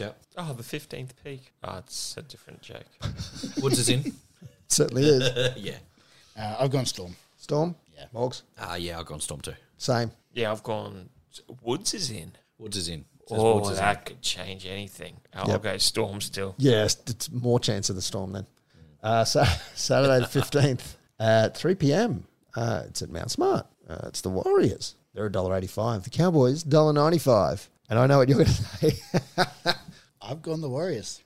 D: out.
A: Oh, the fifteenth peak. Oh, it's a different joke.
D: Woods is in.
B: Certainly is.
D: yeah.
C: Uh, I've gone Storm.
B: Storm?
C: Yeah.
B: Morgs?
D: Ah, yeah, I've gone Storm too.
B: Same.
A: Yeah, I've gone. Woods is in.
D: Woods is in. Says
A: Oh,
D: Woods is
A: that could change anything. I'll
B: Yep.
A: go Storm still.
B: Yeah, it's, it's more chance of the Storm then. Uh, so Saturday the 15th at 3 p.m. Uh, it's at Mount Smart. Uh, it's the Warriors. They're $1.85. The Cowboys, $1.95. And I know what you're going to say.
C: I've gone the Warriors.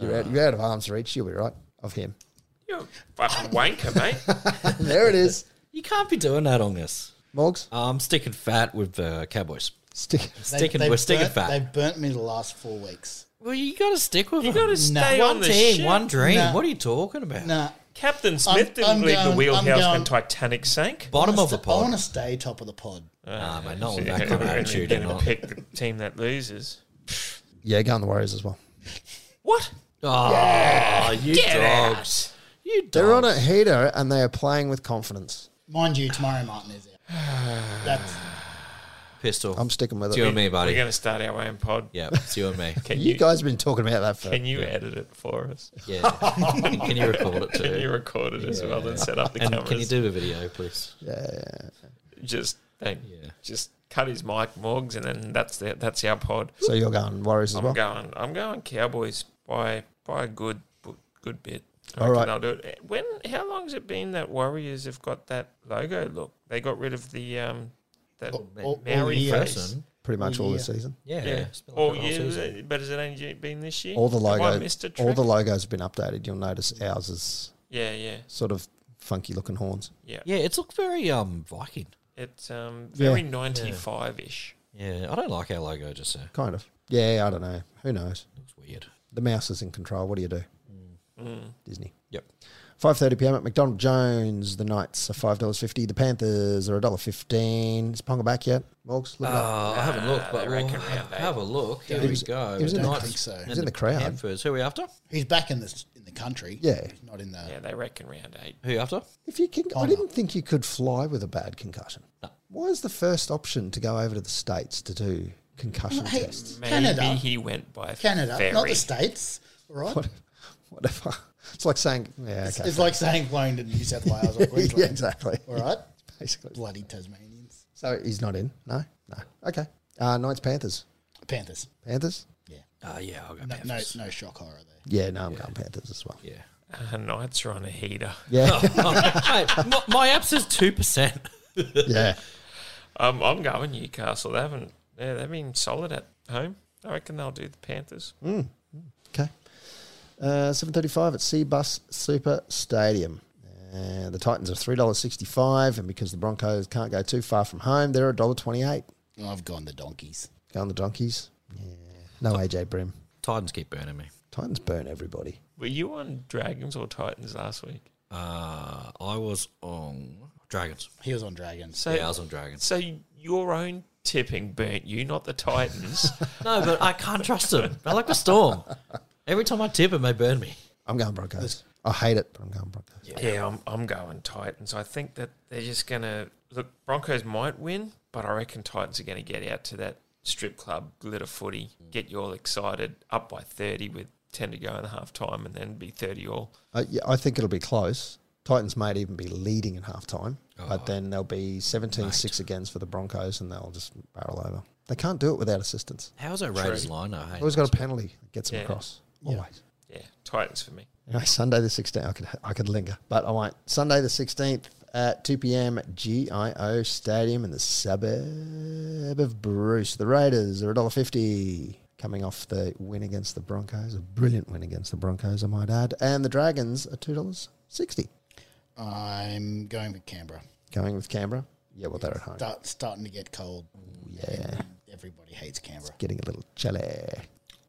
B: You're out, you're out of arm's reach. You'll be right of him.
A: You're a fucking wanker, mate.
B: there it is.
D: in. You can't be doing that on us.
B: Morgs,
D: I'm sticking fat with the Cowboys.
B: stick.
D: Sticking, we're sticking
C: burnt,
D: fat.
C: They've burnt me the last four weeks.
D: well, you got to stick with
A: You
D: them.
A: got to stay
D: one
A: on the
D: team,
A: ship.
D: one dream.
C: Nah.
D: What are you talking about?
C: Nah,
A: Captain Smith didn't
C: I'm
A: leave
C: going-
A: the wheelhouse
C: I'm going-
A: when Titanic sank.
D: Bottom
C: I
D: of the
C: st- I want
D: pod.
C: to stay top of the pod.
D: Nah, mate, not with
A: Yeah,
D: Oh, that kind of
A: we're only
D: attitude.
A: gonna
D: you're not.
A: pick the team that loses.
B: Yeah, go on the Warriors as well.
A: What?
D: Oh, you dogs. You dogs.
B: They're on a heater and they are playing with confidence.
C: Mind you, tomorrow Martin is out. That's
D: Pistol.
B: I'm sticking with
D: it's you
B: it.
D: and me,
A: We're
D: buddy.
A: going to start our own pod.
D: Yeah, it's you and me.
A: Can you,
B: You guys have been talking about that for.
A: can you edit it for us?
D: Yeah. can you record it
A: Can you
D: too?
A: record it as well and set up the
D: And
A: cameras?
D: can you do a video, please?
B: Yeah.
A: just thank,
D: Yeah.
A: just cut his mic, Morgs, and then that's the, that's our pod.
B: So you're going Warriors as
A: I'm
B: well?
A: going. I'm going Cowboys by by a good bu- good bit. I
B: All
A: reckon
B: right.
A: they'll do it. When? How long's it been that Warriors have got that logo look? They got rid of the um that
C: all, all, all
A: Maori
C: year.
A: face.
B: Pretty much all
C: Yeah.
B: the season.
D: Yeah.
A: Yeah.
D: it's been like
A: Oh
D: the whole
A: yeah.
D: season.
A: But has it only been this year?
B: All the
A: Have I
B: logos,
A: missed a
B: all
A: trick?
B: the logos have been updated. You'll notice ours is
A: Yeah, yeah,
B: sort of funky looking horns.
A: yeah.
D: Yeah, it's looked very um Viking.
A: It's um
B: Yeah.
A: very ninety five ish.
D: Yeah, I don't like our logo just so
B: Kind of. Yeah, I don't know. Who knows?
D: it's weird.
B: The mouse is in control. What do you do?
A: Mm.
B: Disney.
D: Mm. Yep.
B: 5.30 p.m. at McDonald Jones. The Knights are $5.50. The Panthers are $1.15. Is Ponga back yet? Morgs, look it up.
D: Uh, I haven't looked, but
A: they
D: we'll
A: reckon
D: have,
A: round eight.
D: have a look. Here
B: was-
D: we go.
B: he was in
C: the-
D: Knights
C: I think so. He
D: and
B: was in the crowd.
D: Panthers. Who are we after?
C: He's back in the in the country.
B: Yeah.
C: He's not in the.
A: Yeah, they reckon round eight.
D: Who are you after?
B: If you can, I didn't think you could fly with a bad concussion. Why is the first option to go over to the states to do concussion
C: Hey,
B: tests?
A: Maybe
C: Canada,
A: he went by
C: Canada,
A: ferry.
C: not the states. all Right?
B: What, whatever. It's like saying, yeah, okay.
C: It's like saying flying to New South Wales or Queensland.
B: yeah, exactly.
C: All right,
B: Basically.
C: bloody Tasmanians,
B: So he's not in. No, no. Okay. Uh, Knights Panthers.
C: Panthers.
B: Panthers.
C: Yeah,
D: Uh, yeah, I'll go
C: no, no,
D: Panthers.
C: no shock horror there.
B: Yeah, no, I'm going Panthers as well.
D: Yeah. Oh,
A: Uh, Knights are on a heater.
B: Yeah,
D: Hey, my, my app says 2%.
B: yeah.
A: Um, I'm going Newcastle. They haven't. Yeah, they've been solid at home. I reckon they'll do the Panthers.
B: Okay. Uh, 7.35 at Seabus Super Stadium. Uh, the Titans are $3.65, and because the Broncos can't go too far from home, they're $1.28.
C: I've gone the donkeys.
B: Going the donkeys. Yeah. No AJ Brim.
D: Titans keep burning me.
B: Titans burn everybody.
A: Were you on Dragons or Titans last week?
D: Uh, I was on Dragons.
C: He was on Dragons.
A: So,
D: yeah, I was on Dragons.
A: so your own tipping burnt you, not the Titans.
D: No, but I can't trust them. I like the Storm. Every time I tip them, they burn me.
B: I'm going Broncos. I hate it, but I'm going Broncos.
A: yeah, I'm, I'm going Titans. I think that they're just going to look. Broncos might win, but I reckon Titans are going to get out to that strip club glitter footy, get you all excited, up by thirty with ten to go in the half time, and then be thirty all.
B: Uh, yeah, I think it'll be close. Titans might even be leading at halftime, but then they'll be 17-6 agains for the Broncos, and they'll just barrel over. They can't do it without assistance.
D: How's that Raiders line? though? hey?
B: Always got a penalty that gets them
A: Yeah.
B: across.
C: Yeah.
B: Always.
A: Yeah, Titans for me.
B: Anyway, Sunday the 16th. I could, I could linger, but I won't. Sunday the 16th at 2 p.m. at GIO Stadium in the suburb of Bruce. The Raiders are $1.50. Coming off the win against the Broncos, a brilliant win against the Broncos, I might add. And the Dragons are $2.60.
C: I'm going with Canberra.
B: Going with Canberra? Yeah, well, they're at home.
C: Start, starting to get cold.
B: Yeah,
C: Everybody hates Canberra.
B: getting a little chilly.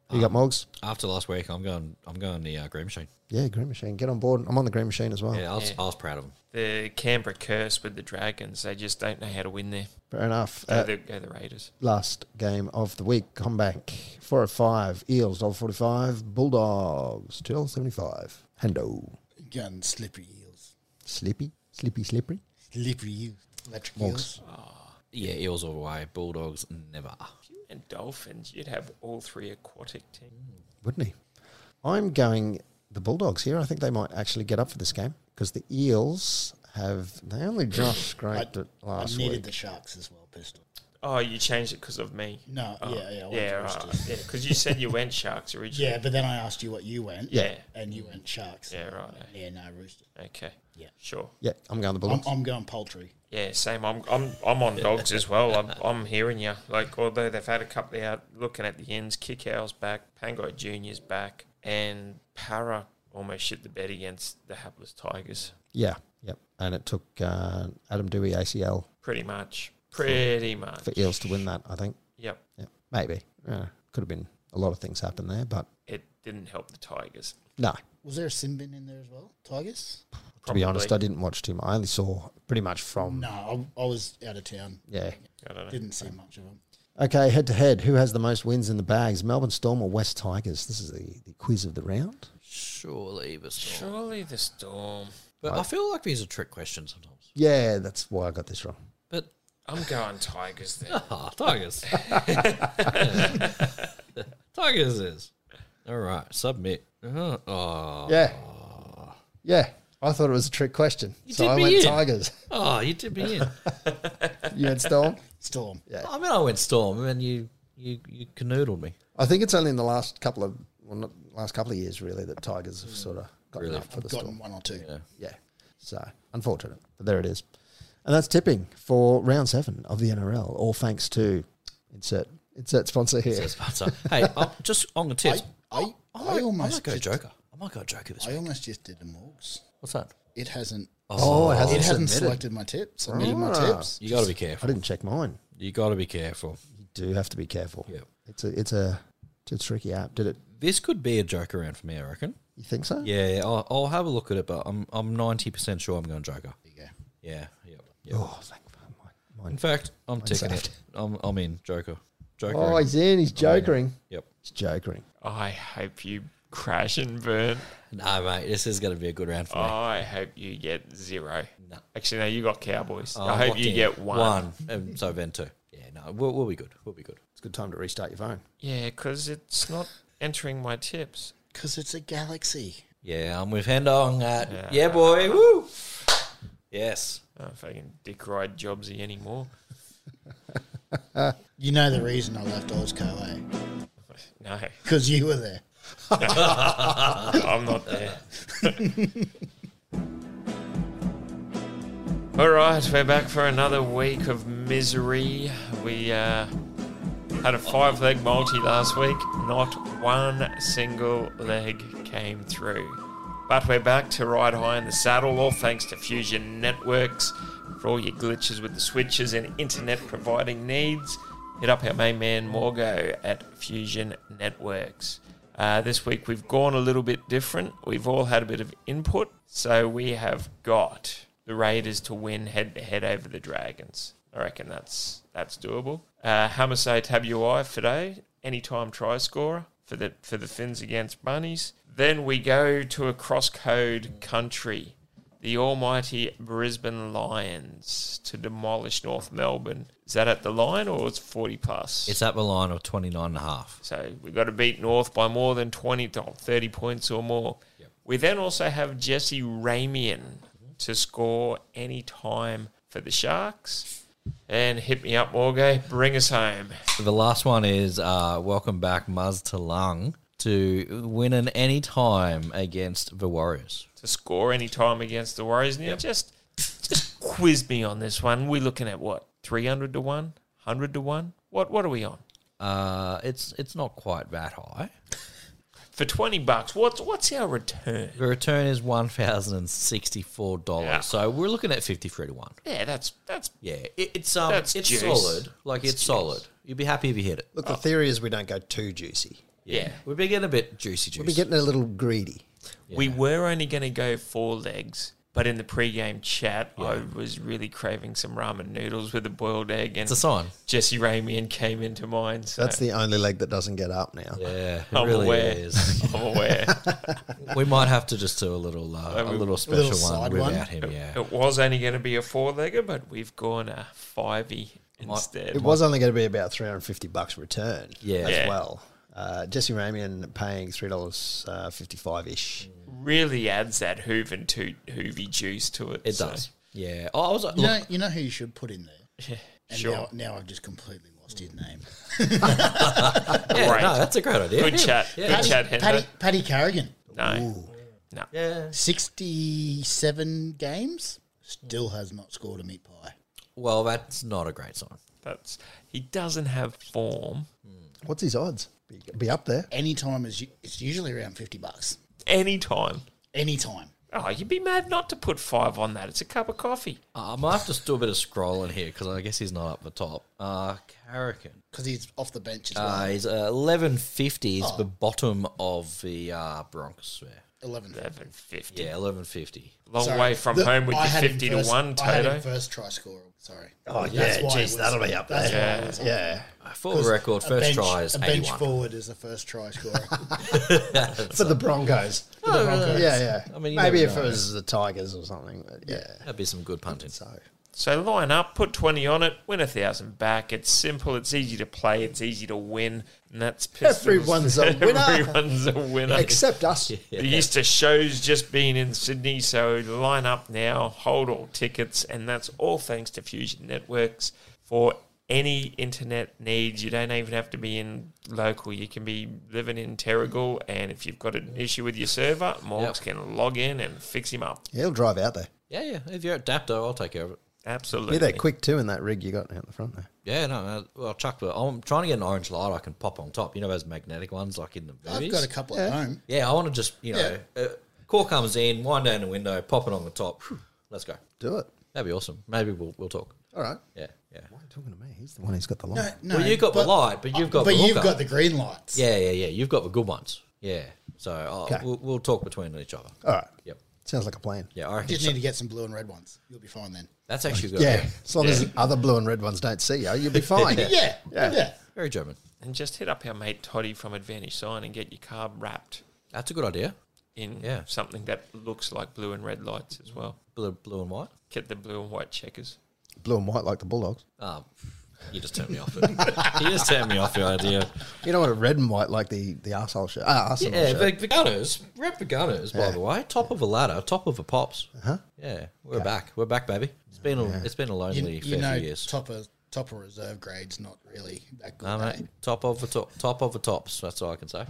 C: Ah.
B: You got Morgs?
D: After last week, I'm going. I'm going the uh, Green Machine.
B: Yeah, Green Machine. Get on board. I'm on the Green Machine as well.
D: Yeah, I was,
A: Yeah.
D: I was proud of them.
A: The Canberra curse with the Dragons. They just don't know how to win there.
B: Fair enough.
A: Go,
B: Uh,
A: the, go the Raiders.
B: last game of the week, Combank, 405, Eels, $1.45, Bulldogs, $2.75, Hando,
C: Gun slippery eels.
B: Slippy, Slippy, Slippery.
C: Slippery eels. Electric
B: Monks.
C: eels.
D: Yeah, Eels all the way. Bulldogs never.
A: If you and Dolphins, you'd have all three aquatic teams.
B: Wouldn't he? I'm going the Bulldogs here. I think they might actually get up for this game because the Eels have, they only just scraped it
C: I
B: last
C: needed
B: week.
C: the sharks as well, pistol.
A: Oh, you changed it because of me.
C: No,
A: Oh,
C: yeah, yeah. I
A: yeah,
C: went to
A: right.
C: Roosters.
A: Yeah, because you said you went Sharks originally.
C: Yeah, but then I asked you what you went.
A: Yeah.
C: And you went sharks.
A: Yeah, right.
C: Yeah, no, rooster.
A: Okay.
C: Yeah.
A: Sure.
B: yeah, I'm going the
C: I'm,
B: Bulldogs.
C: I'm going poultry.
A: Yeah, same. I'm I'm I'm on dogs as well. I'm I'm hearing you. Like although they've had a couple out looking at the ends, Kickout's back, Pango Junior's back, and Para almost shit the bed against the hapless Tigers.
B: yeah, yep. And it took uh, Adam Dewey ACL
A: Pretty much. Pretty much.
B: for Eels to win that, I think.
A: Yep.
B: Yeah, maybe. Uh, could have been a lot of things happened there, but
A: It didn't help the Tigers.
B: no.
C: Was there a sin bin in there as well? Tigers?
B: To be honest, I
A: Probably.
B: didn't watch too much. I only saw pretty much from.
C: No, I, I was out of town.
B: Yeah.
A: I don't know.
C: Didn't see much of them.
B: Okay, head to head. Who has the most wins in the bags? Melbourne Storm or West Tigers? This is the, the quiz of the round.
D: Surely the Storm.
A: Surely the storm.
D: But I feel like these are trick questions sometimes.
B: Yeah, that's why I got this wrong.
D: But
A: I'm going Tigers then.
D: ah, Tigers. Tigers is. All right, submit. Uh, oh,
B: Yeah. Yeah. I thought it was a trick question. so
D: did
B: I
D: me
B: went
D: in.
B: Tigers.
D: oh, you did me in.
B: You went Storm?
C: Still on.
B: Yeah.
D: I mean, I went Storm, and you you you canoodled me.
B: I think it's only in the last couple of, well, not last couple of years, really, that Tigers have sort of gotten
D: Really?
B: up for the
C: I've
B: Storm.
C: gotten one or two.
D: Yeah.
B: Yeah. So unfortunate, but there it is. And that's tipping for round seven of the NRL. All thanks to insert insert sponsor here.
D: Says Butzer. Hey, I'm just on the tips.
C: I-
B: Oh,
C: I-
D: I
C: I
D: might, I
C: almost
D: might go
C: just-
D: Joker. I might go Joker this
C: I
D: week.
C: almost just did the Morgs.
D: What's that?
C: It hasn't.
B: Oh, it hasn't
C: it hasn't
B: submitted.
C: selected my tips. Submitted my
B: Ah.
C: tips.
D: You got to be
B: I
D: careful.
B: didn't check mine.
D: You got to be careful.
B: You do have to be careful.
D: Yeah.
B: It's a it's a it's a tricky app. Did it?
D: This could be a Joker round for me, I reckon.
B: You think so?
D: Yeah, yeah, I'll, I'll have a look at it, but I'm I'm ninety percent sure I'm going Joker.
C: Yeah.
D: Yeah, yep, yep.
B: Oh, thank fuck, mine.
D: In
B: mine.
D: fact, I'm ticking
B: saved.
D: it. I'm I'm in Joker. Joker.
B: Oh, he's in. He's jokering.
D: yep.
B: He's jokering.
A: I hope you crash and burn.
D: No, mate, this is going to be a good round for me.
A: I hope you get zero.
D: No.
A: Actually, no, you got Cowboys.
D: Oh,
A: I hope
D: locked
A: you
D: in.
A: get one.
D: One. And so then two. Yeah, no, we'll, we'll be good. We'll be good.
B: It's a good time to restart your phone.
A: Yeah, because it's not entering my tips.
C: Because it's a galaxy.
D: Yeah, I'm with Hendo on that. Yeah, boy. Woo. Yes.
A: I don't Oh, fucking dick ride Jobsy anymore.
C: You know the reason I left Ozco, eh?
A: No,
C: Because you were there.
A: I'm not there. All right, we're back for another week of misery. We uh, had a five leg multi last week. Not one single leg came through. But we're back to ride high in the saddle, all thanks to Fusion Networks for all your glitches with the switches and internet providing needs. hit up our main man Morgo at Fusion Networks. Uh, this week we've gone a little bit different. We've all had a bit of input, so we have got the Raiders to win head to head over the Dragons. I reckon that's that's doable. Uh, Hamasay Tabui for today, anytime try scorer for the for the Finns against Bunnies. Then we go to a cross code country the almighty Brisbane Lions to demolish North Melbourne. Is that at the line or it's 40 plus?
D: It's at the line of 29 and a half.
A: so we've got to beat North by more than 20, to 30 points or more. We then also have Jesse Ramian to score any time for the Sharks. And hit me up, Morgay. Bring us home.
D: The last one is uh, welcome back Muzz to Lung to win an any time against the Warriors.
A: to score any time against the Warriors. Now, just just quiz me on this one. We're looking at what three hundred to one, hundred to one. What what are we on
D: Uh, it's it's not quite that high.
A: for twenty bucks? What's what's our return?
D: The return is one thousand and sixty four dollars.
A: Yeah.
D: So we're looking at fifty three to one.
A: Yeah, that's that's
D: Yeah, it, it's um,
A: That's
D: it's
A: juice.
D: solid. Like it's,
A: juice.
D: solid. You'd be happy if you hit it.
B: Look, the theory is we don't go too juicy.
A: yeah.
D: We'd be getting a bit juicy juice.
B: We're getting a little greedy.
A: We were only going to go four legs, but in the pre-game chat, I was really craving some ramen noodles with a boiled egg, and
D: it's a sign.
A: Jesse Ramian came into mine. So
B: That's the only leg that doesn't get up now.
D: Yeah, it
A: I'm
D: really
A: aware.
D: is.
A: I'm aware.
D: we might have to just do a little uh, a little special one
C: side
D: without
C: one.
D: him. Yeah,
A: it was only going to be a four-legger, but we've gone a fivey instead.
B: It was only going to be about 350 bucks return
D: Yeah.
B: as
A: Yeah.
B: well. Uh, Jesse Ramian paying uh, $3.55 ish.
A: really adds that hoof and toot hoovy juice to it.
D: it
A: so-
D: does. Yeah, Oh, I was like,
C: You
D: look,
C: know, you know who you should put in there. And
A: sure.
C: Now, now I've just completely lost his name.
D: yeah,
A: Great.
D: no, that's a great idea.
A: Good
D: Yeah.
A: chat.
D: Yeah.
A: Good chat,
C: Paddy,
A: Hendo.
C: Paddy Carrigan,
A: No.
D: Yeah.
C: sixty-seven games, still has not scored a meat pie.
D: Well, that's not a great sign.
A: That's he doesn't have form.
B: What's his odds? Be, be up there.
C: Anytime is u- it's usually around fifty bucks.
A: Anytime.
C: Anytime.
A: Oh, you'd be mad not to put five on that. It's a cup of coffee.
D: Uh, I might have to do a bit of scrolling here because I guess he's not up the top. Uh, Carrigan.
C: because he's off the bench as well.
D: Uh, he's uh, eleven fifty. Is the
C: Oh.
D: bottom of the uh, Broncos there.
C: Eleven.
A: Eleven fifty.
D: Yeah, eleven fifty.
A: Long
C: Sorry.
A: way from
C: The-
A: home with
C: I
A: your
C: had him
A: fifty to
C: first-
A: one,
C: I had him
A: Toto.
C: first try scorer. Sorry.
B: Oh,
C: That's why it was- that's why it
A: Yeah.
C: was-
B: Yeah.
D: For the record,
C: a
D: first
C: bench-
D: try is
C: a bench
D: eighty-one.
C: forward is the first try scorer.
B: For the Broncos.
C: the Broncos.
B: Yeah, yeah.
D: I mean, you
B: Maybe
D: never
B: if it
D: know.
B: was the Tigers or something. But yeah.
D: That'd be some good punting.
B: So.
A: So line up, put twenty on it, win a thousand back. It's simple, it's easy to play, it's easy to win, and that's Pistons.
B: Everyone's a winner.
A: Everyone's a winner.
B: Except us.
A: The Easter show's just been in Sydney, so line up now, hold all tickets, and that's all thanks to Fusion Networks for any internet needs. You don't even have to be in local, you can be living in Terrigal, and if you've got an issue with your server, Morgs
D: Yep.
A: can log in and fix him up.
B: He'll drive out there.
D: Yeah, yeah. If you're at Dapto, I'll take care of it.
A: Absolutely.
B: You're there quick too in that rig you got out the front there.
D: Yeah, no, no. Well, chuck. But I'm trying to get an orange light I can pop on top. You know those magnetic ones, like in the movies.
C: I've got a couple at home.
D: yeah, I want to just you know, uh, core comes in, wind down the window, pop it on the top. Phew, let's go.
B: Do it.
D: That'd be awesome. Maybe we'll we'll talk.
B: All right.
D: Yeah, yeah.
B: Why are you talking to me? He's the one who's got the line.
C: No,
D: well, you got the light, but you've got
C: but
D: the
C: you've
D: hookup.
C: got the green lights.
D: Yeah, yeah, yeah. You've got the good ones. Yeah. So I'll,
B: Okay.
D: we'll, we'll talk between each other.
B: All right.
D: Yep.
B: Sounds like a plan.
D: Yeah, I reckon
C: You just
D: so-
C: need to get some blue and red ones. You'll be fine then.
D: that's actually good.
B: Yeah. As long as other blue and red ones don't see you, you'll be fine.
C: Yeah, yeah.
D: Very German.
A: And just hit up our mate Toddy from Advantage Sign and get your car wrapped
D: That's a good idea.
A: in
D: Yeah.
A: something that looks like blue and red lights as well.
D: Blue, blue and white.
A: Get the blue and white checkers.
B: Blue and white like the Bulldogs.
D: Um, you just turned me off. It. you just turned me off the idea.
B: You know what? A red and white like the the arsehole shirt. Ah, Arsenal
D: Yeah,
B: shirt.
D: the, the Gunners, rep the Gunners, by the way. Top of a ladder, top of a pops. Uh-huh. Yeah, we're back. We're back, baby. It's been a, it's been a
C: You,
D: lonely
C: you
D: fair
C: know,
D: few years.
C: topper topper reserve grades not really that good.
D: no,
C: eh?
D: mate, top of the top, top of the tops. That's all I can say.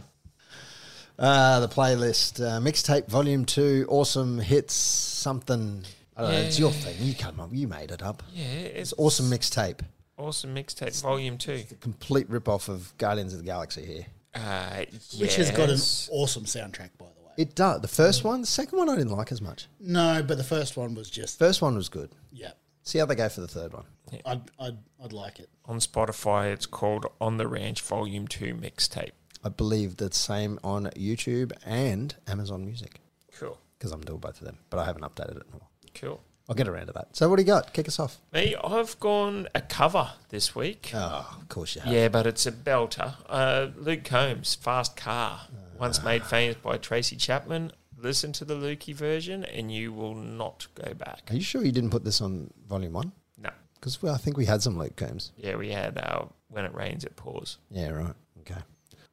B: Uh, the playlist uh, mixtape volume two. Awesome hits. Something. I don't know. It's your thing. You come up. You made it up.
A: Yeah, it's
B: It's awesome mixtape.
A: awesome mixtape volume two.
B: Complete rip off of Guardians of the Galaxy here.
A: Uh,
C: Which has got an
A: yes.
C: awesome soundtrack, by the way.
B: It does. The first one, the second one, I didn't like as much.
C: No, but the first one was just
B: First one was good.
C: yeah.
B: See how they go for the third one.
C: I'd, I'd, I'd like it.
A: On Spotify, it's called On the Ranch Volume 2 Mixtape.
B: I believe that's same on YouTube and Amazon Music
A: Cool.
B: because I'm doing both of them, but I haven't updated it in a while.
A: Cool.
B: I'll get around to that. So, what do you got? Kick us off.
A: Me, I've gone a cover this week.
C: Uh,
B: Oh, of course you have.
A: Yeah, but it's a belter. Uh, Luke Combs, Fast Car,
C: Uh,
A: once made famous by Tracy Chapman. Listen to the Lukey version and you will not go back.
B: Are you sure you didn't put this on volume one?
A: No.
B: Because I think we had some Luke Combs.
A: Yeah, we had our When It Rains, It Pours.
B: Yeah, right. Okay.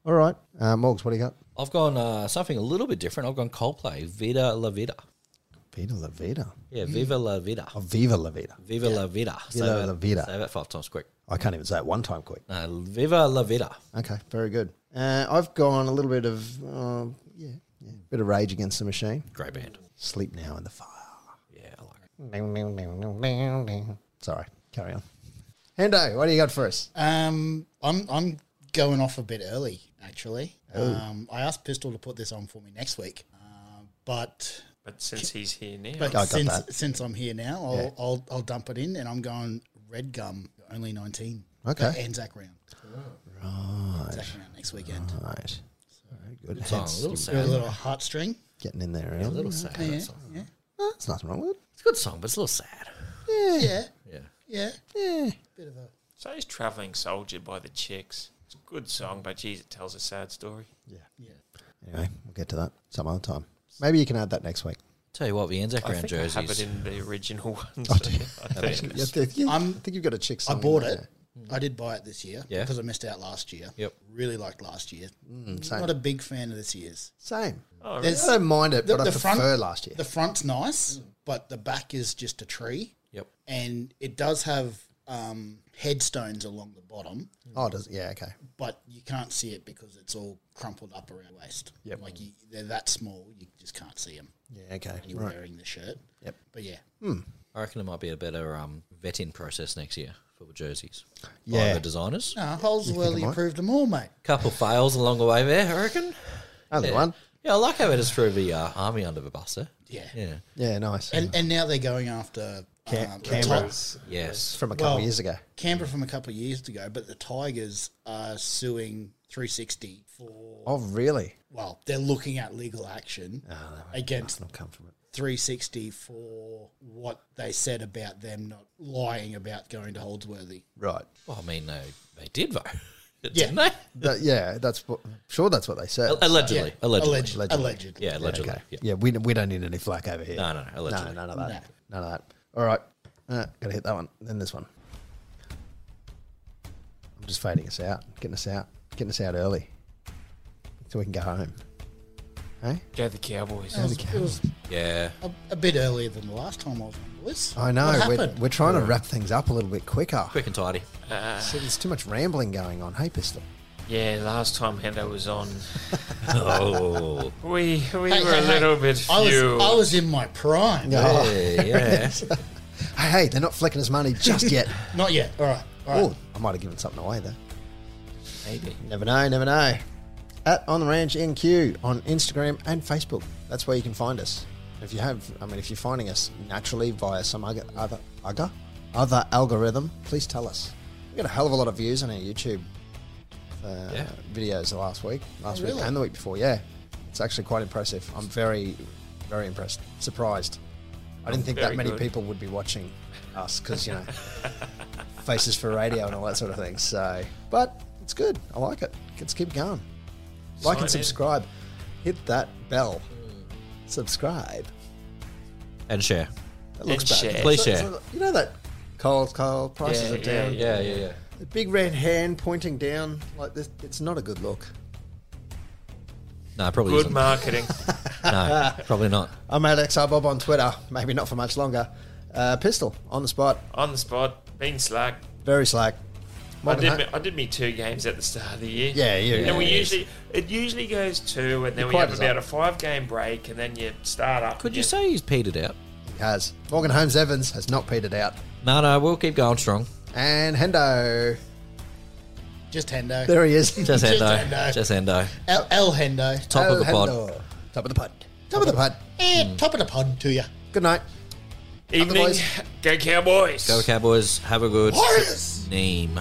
B: All right. Uh, Morgs, what do you got?
D: I've gone uh, something a little bit different. I've gone Coldplay, Vida La Vida.
B: Viva La Vida.
D: Yeah, Viva La Vida.
B: Oh, Viva La Vida.
D: Viva La Vida. Say
B: Viva
D: that-
B: la vida.
D: Say that five times quick.
B: I can't even say it one time quick.
D: No, Viva La Vida.
B: Okay, very good. Uh, I've gone a little bit of, uh, yeah, yeah, bit of Rage Against the Machine.
D: Great band.
B: Sleep Now in the Fire.
D: Yeah, I like it.
B: Sorry, carry on. Hendo, what do you got for us?
C: Um, I'm I'm going off a bit early actually.
B: Oh.
C: Um, I asked Pistol to put this on for me next week, uh, but
A: But since he's here now,
C: but
B: got
C: since
B: that.
C: since I'm here now, I'll,
B: Yeah.
C: I'll I'll dump it in, and I'm going Red Gum only nineteen.
B: Okay.
C: The Anzac round. Anzac round next weekend.
B: Right. Very good.
D: Song, a little
C: Do a
D: sad.
C: little heartstring.
B: Getting in there
D: A
B: early.
D: little sad.
C: Yeah,
D: that song.
C: yeah,
B: There's nothing wrong with it.
D: It's a good song, but it's a little sad.
C: yeah,
D: Yeah.
C: yeah.
B: Yeah.
C: Bit of a
A: so is Travelling Soldier by the Chicks. It's a good song, but geez, it tells a sad story.
B: Anyway, we'll get to that some other time. Maybe you can add that next week.
D: Tell you what, the Anzac
A: I
D: Round
A: think I have it
D: jerseys.
A: in the original one. so I think
B: Yeah, I think you- I
C: I'm-
B: think you've got a chick
C: I
B: song
C: bought
B: in
C: it.
B: there.
C: I did buy it this year
D: Yeah.
C: because I missed out last year.
D: Yep.
C: Really liked last year.
B: Mm, same.
C: Not a big fan of this year's.
B: Same.
A: Oh,
C: There's-
B: I don't mind it,
C: The-
B: but I
C: the
B: prefer
C: front-
B: last year.
C: The front's nice, but the back is just a tree,
D: Yep.
C: and it does have um, headstones along the bottom,
B: oh, does it? Yeah, okay.
C: but you can't see it because it's all crumpled up around your waist.
B: Yep.
C: Like you, they're that small, you just can't see them.
B: Yeah, okay.
C: You're
B: Right.
C: wearing the shirt.
B: Yep. Hmm.
C: But yeah,
D: I reckon there might be a better um, vetting process next year for the jerseys. By
B: Yeah.
D: the designers.
C: no, Holsworthy
B: might?
C: approved them all, mate.
D: Couple fails along the way there, I reckon.
B: Only
D: Yeah.
B: one.
D: Yeah, I like how it is through the uh, army under the bus there.
C: Yeah.
D: Yeah.
B: Yeah, nice.
C: And and now they're going after
B: Ca-
C: um, the
B: Canberra's.
C: Ti-
D: Yes.
B: from a couple
C: Well-
B: years ago.
C: Canberra from a couple of years ago, but the Tigers are suing 360 for
B: Oh, really?
C: well, they're looking at legal action against
B: I'll come from it.
C: 360 for what they said about them not lying about going to Holdsworthy.
B: Right.
D: Well, I mean, they, they did vote.
C: Yeah.
D: Didn't they?
B: That- yeah, that's what, sure. That's what they said.
D: Allegedly. Allegedly.
C: Alleged, allegedly.
D: Yeah, allegedly.
B: Okay.
D: Yeah.
B: Yeah, we, we don't need any flack over here.
D: No, no, no,
B: No,
D: allegedly.
B: none of that. None of that. All right. Uh, gotta hit that one. Then this one. I'm just fading us out, getting us out, getting us out early, so we can go home. Hey,
A: Go the Cowboys.
C: It was, it was
D: Yeah.
C: a, a bit earlier than the last time I was on the list.
B: I know
C: What
B: we're,
C: happened?
B: we're trying to wrap things up a little bit quicker.
D: Quick and tidy.
B: So there's too much rambling going on. Hey, pistol.
A: Yeah, last time Hendo was on,
D: Oh.
A: we we
C: Hey,
A: were
C: hey,
A: a
C: hey,
A: little bit
C: I was,
A: few.
C: I was in my prime.
B: Oh,
D: yeah. yeah.
B: hey, hey, they're not flicking us money just yet.
C: Not yet. All right. All
B: oh,
C: right.
B: I might have given something away there.
A: Maybe.
B: Never know, never know. At On the Ranch NQ on Instagram and Facebook. That's where you can find us. If you have, I mean, if you're finding us naturally via some other other other, other algorithm, please tell us. We got a hell of a lot of views on our YouTube uh,
D: Yeah.
B: videos the last week, last
C: really?
B: week, and the week before. Yeah, it's actually quite impressive. I'm very, very impressed. Surprised. I didn't think that
A: Very
B: many
A: good.
B: people would be watching us because you know faces for radio and all that sort of thing. So, but it's good. I like it. Let's keep going. Like
A: Sign in.
B: and subscribe. Hit that bell. Subscribe.
D: And share.
B: That looks
A: And
B: bad.
A: share.
D: Please
B: So-
D: share.
B: so- you know that coal, coal prices
A: Yeah,
B: are down.
A: yeah.
D: Yeah, yeah, yeah.
B: The big red hand pointing down like this. It's not a good look.
D: No, probably
A: Good
D: isn't.
A: marketing.
D: no, probably not.
B: I'm at XR Bob on Twitter. Maybe not for much longer. Uh, pistol on the spot.
A: on the spot, been slack.
B: Very slack.
A: I
B: Morgan
A: did,
B: Hunt-
A: me, I did me two games at the start of the year.
B: Yeah, you-
A: And we
D: Yeah, it is.
A: usually it usually goes two, and then
B: You're
A: we
B: quite
A: have
B: as
A: about
B: up.
A: a five game break, and then you start up.
D: Could you
A: again.
D: say he's petered out?
B: He has. Morgan Holmes Evans has not petered out.
D: No, no, we'll keep going strong.
B: And Hendo.
C: Just Hendo.
B: There he is.
D: Just
C: Just
D: Endo.
C: Endo.
D: Just Endo.
C: El, El Hendo.
D: Top of the
B: Oh,
D: pod.
B: hello. Top of the pod. Top of the pod.
C: Eh, Top of the pod to you.
B: Good night.
E: Evening.
F: Otherwise-
E: Go Cowboys.
A: Go Cowboys. Have a good
D: Warriors!
A: name.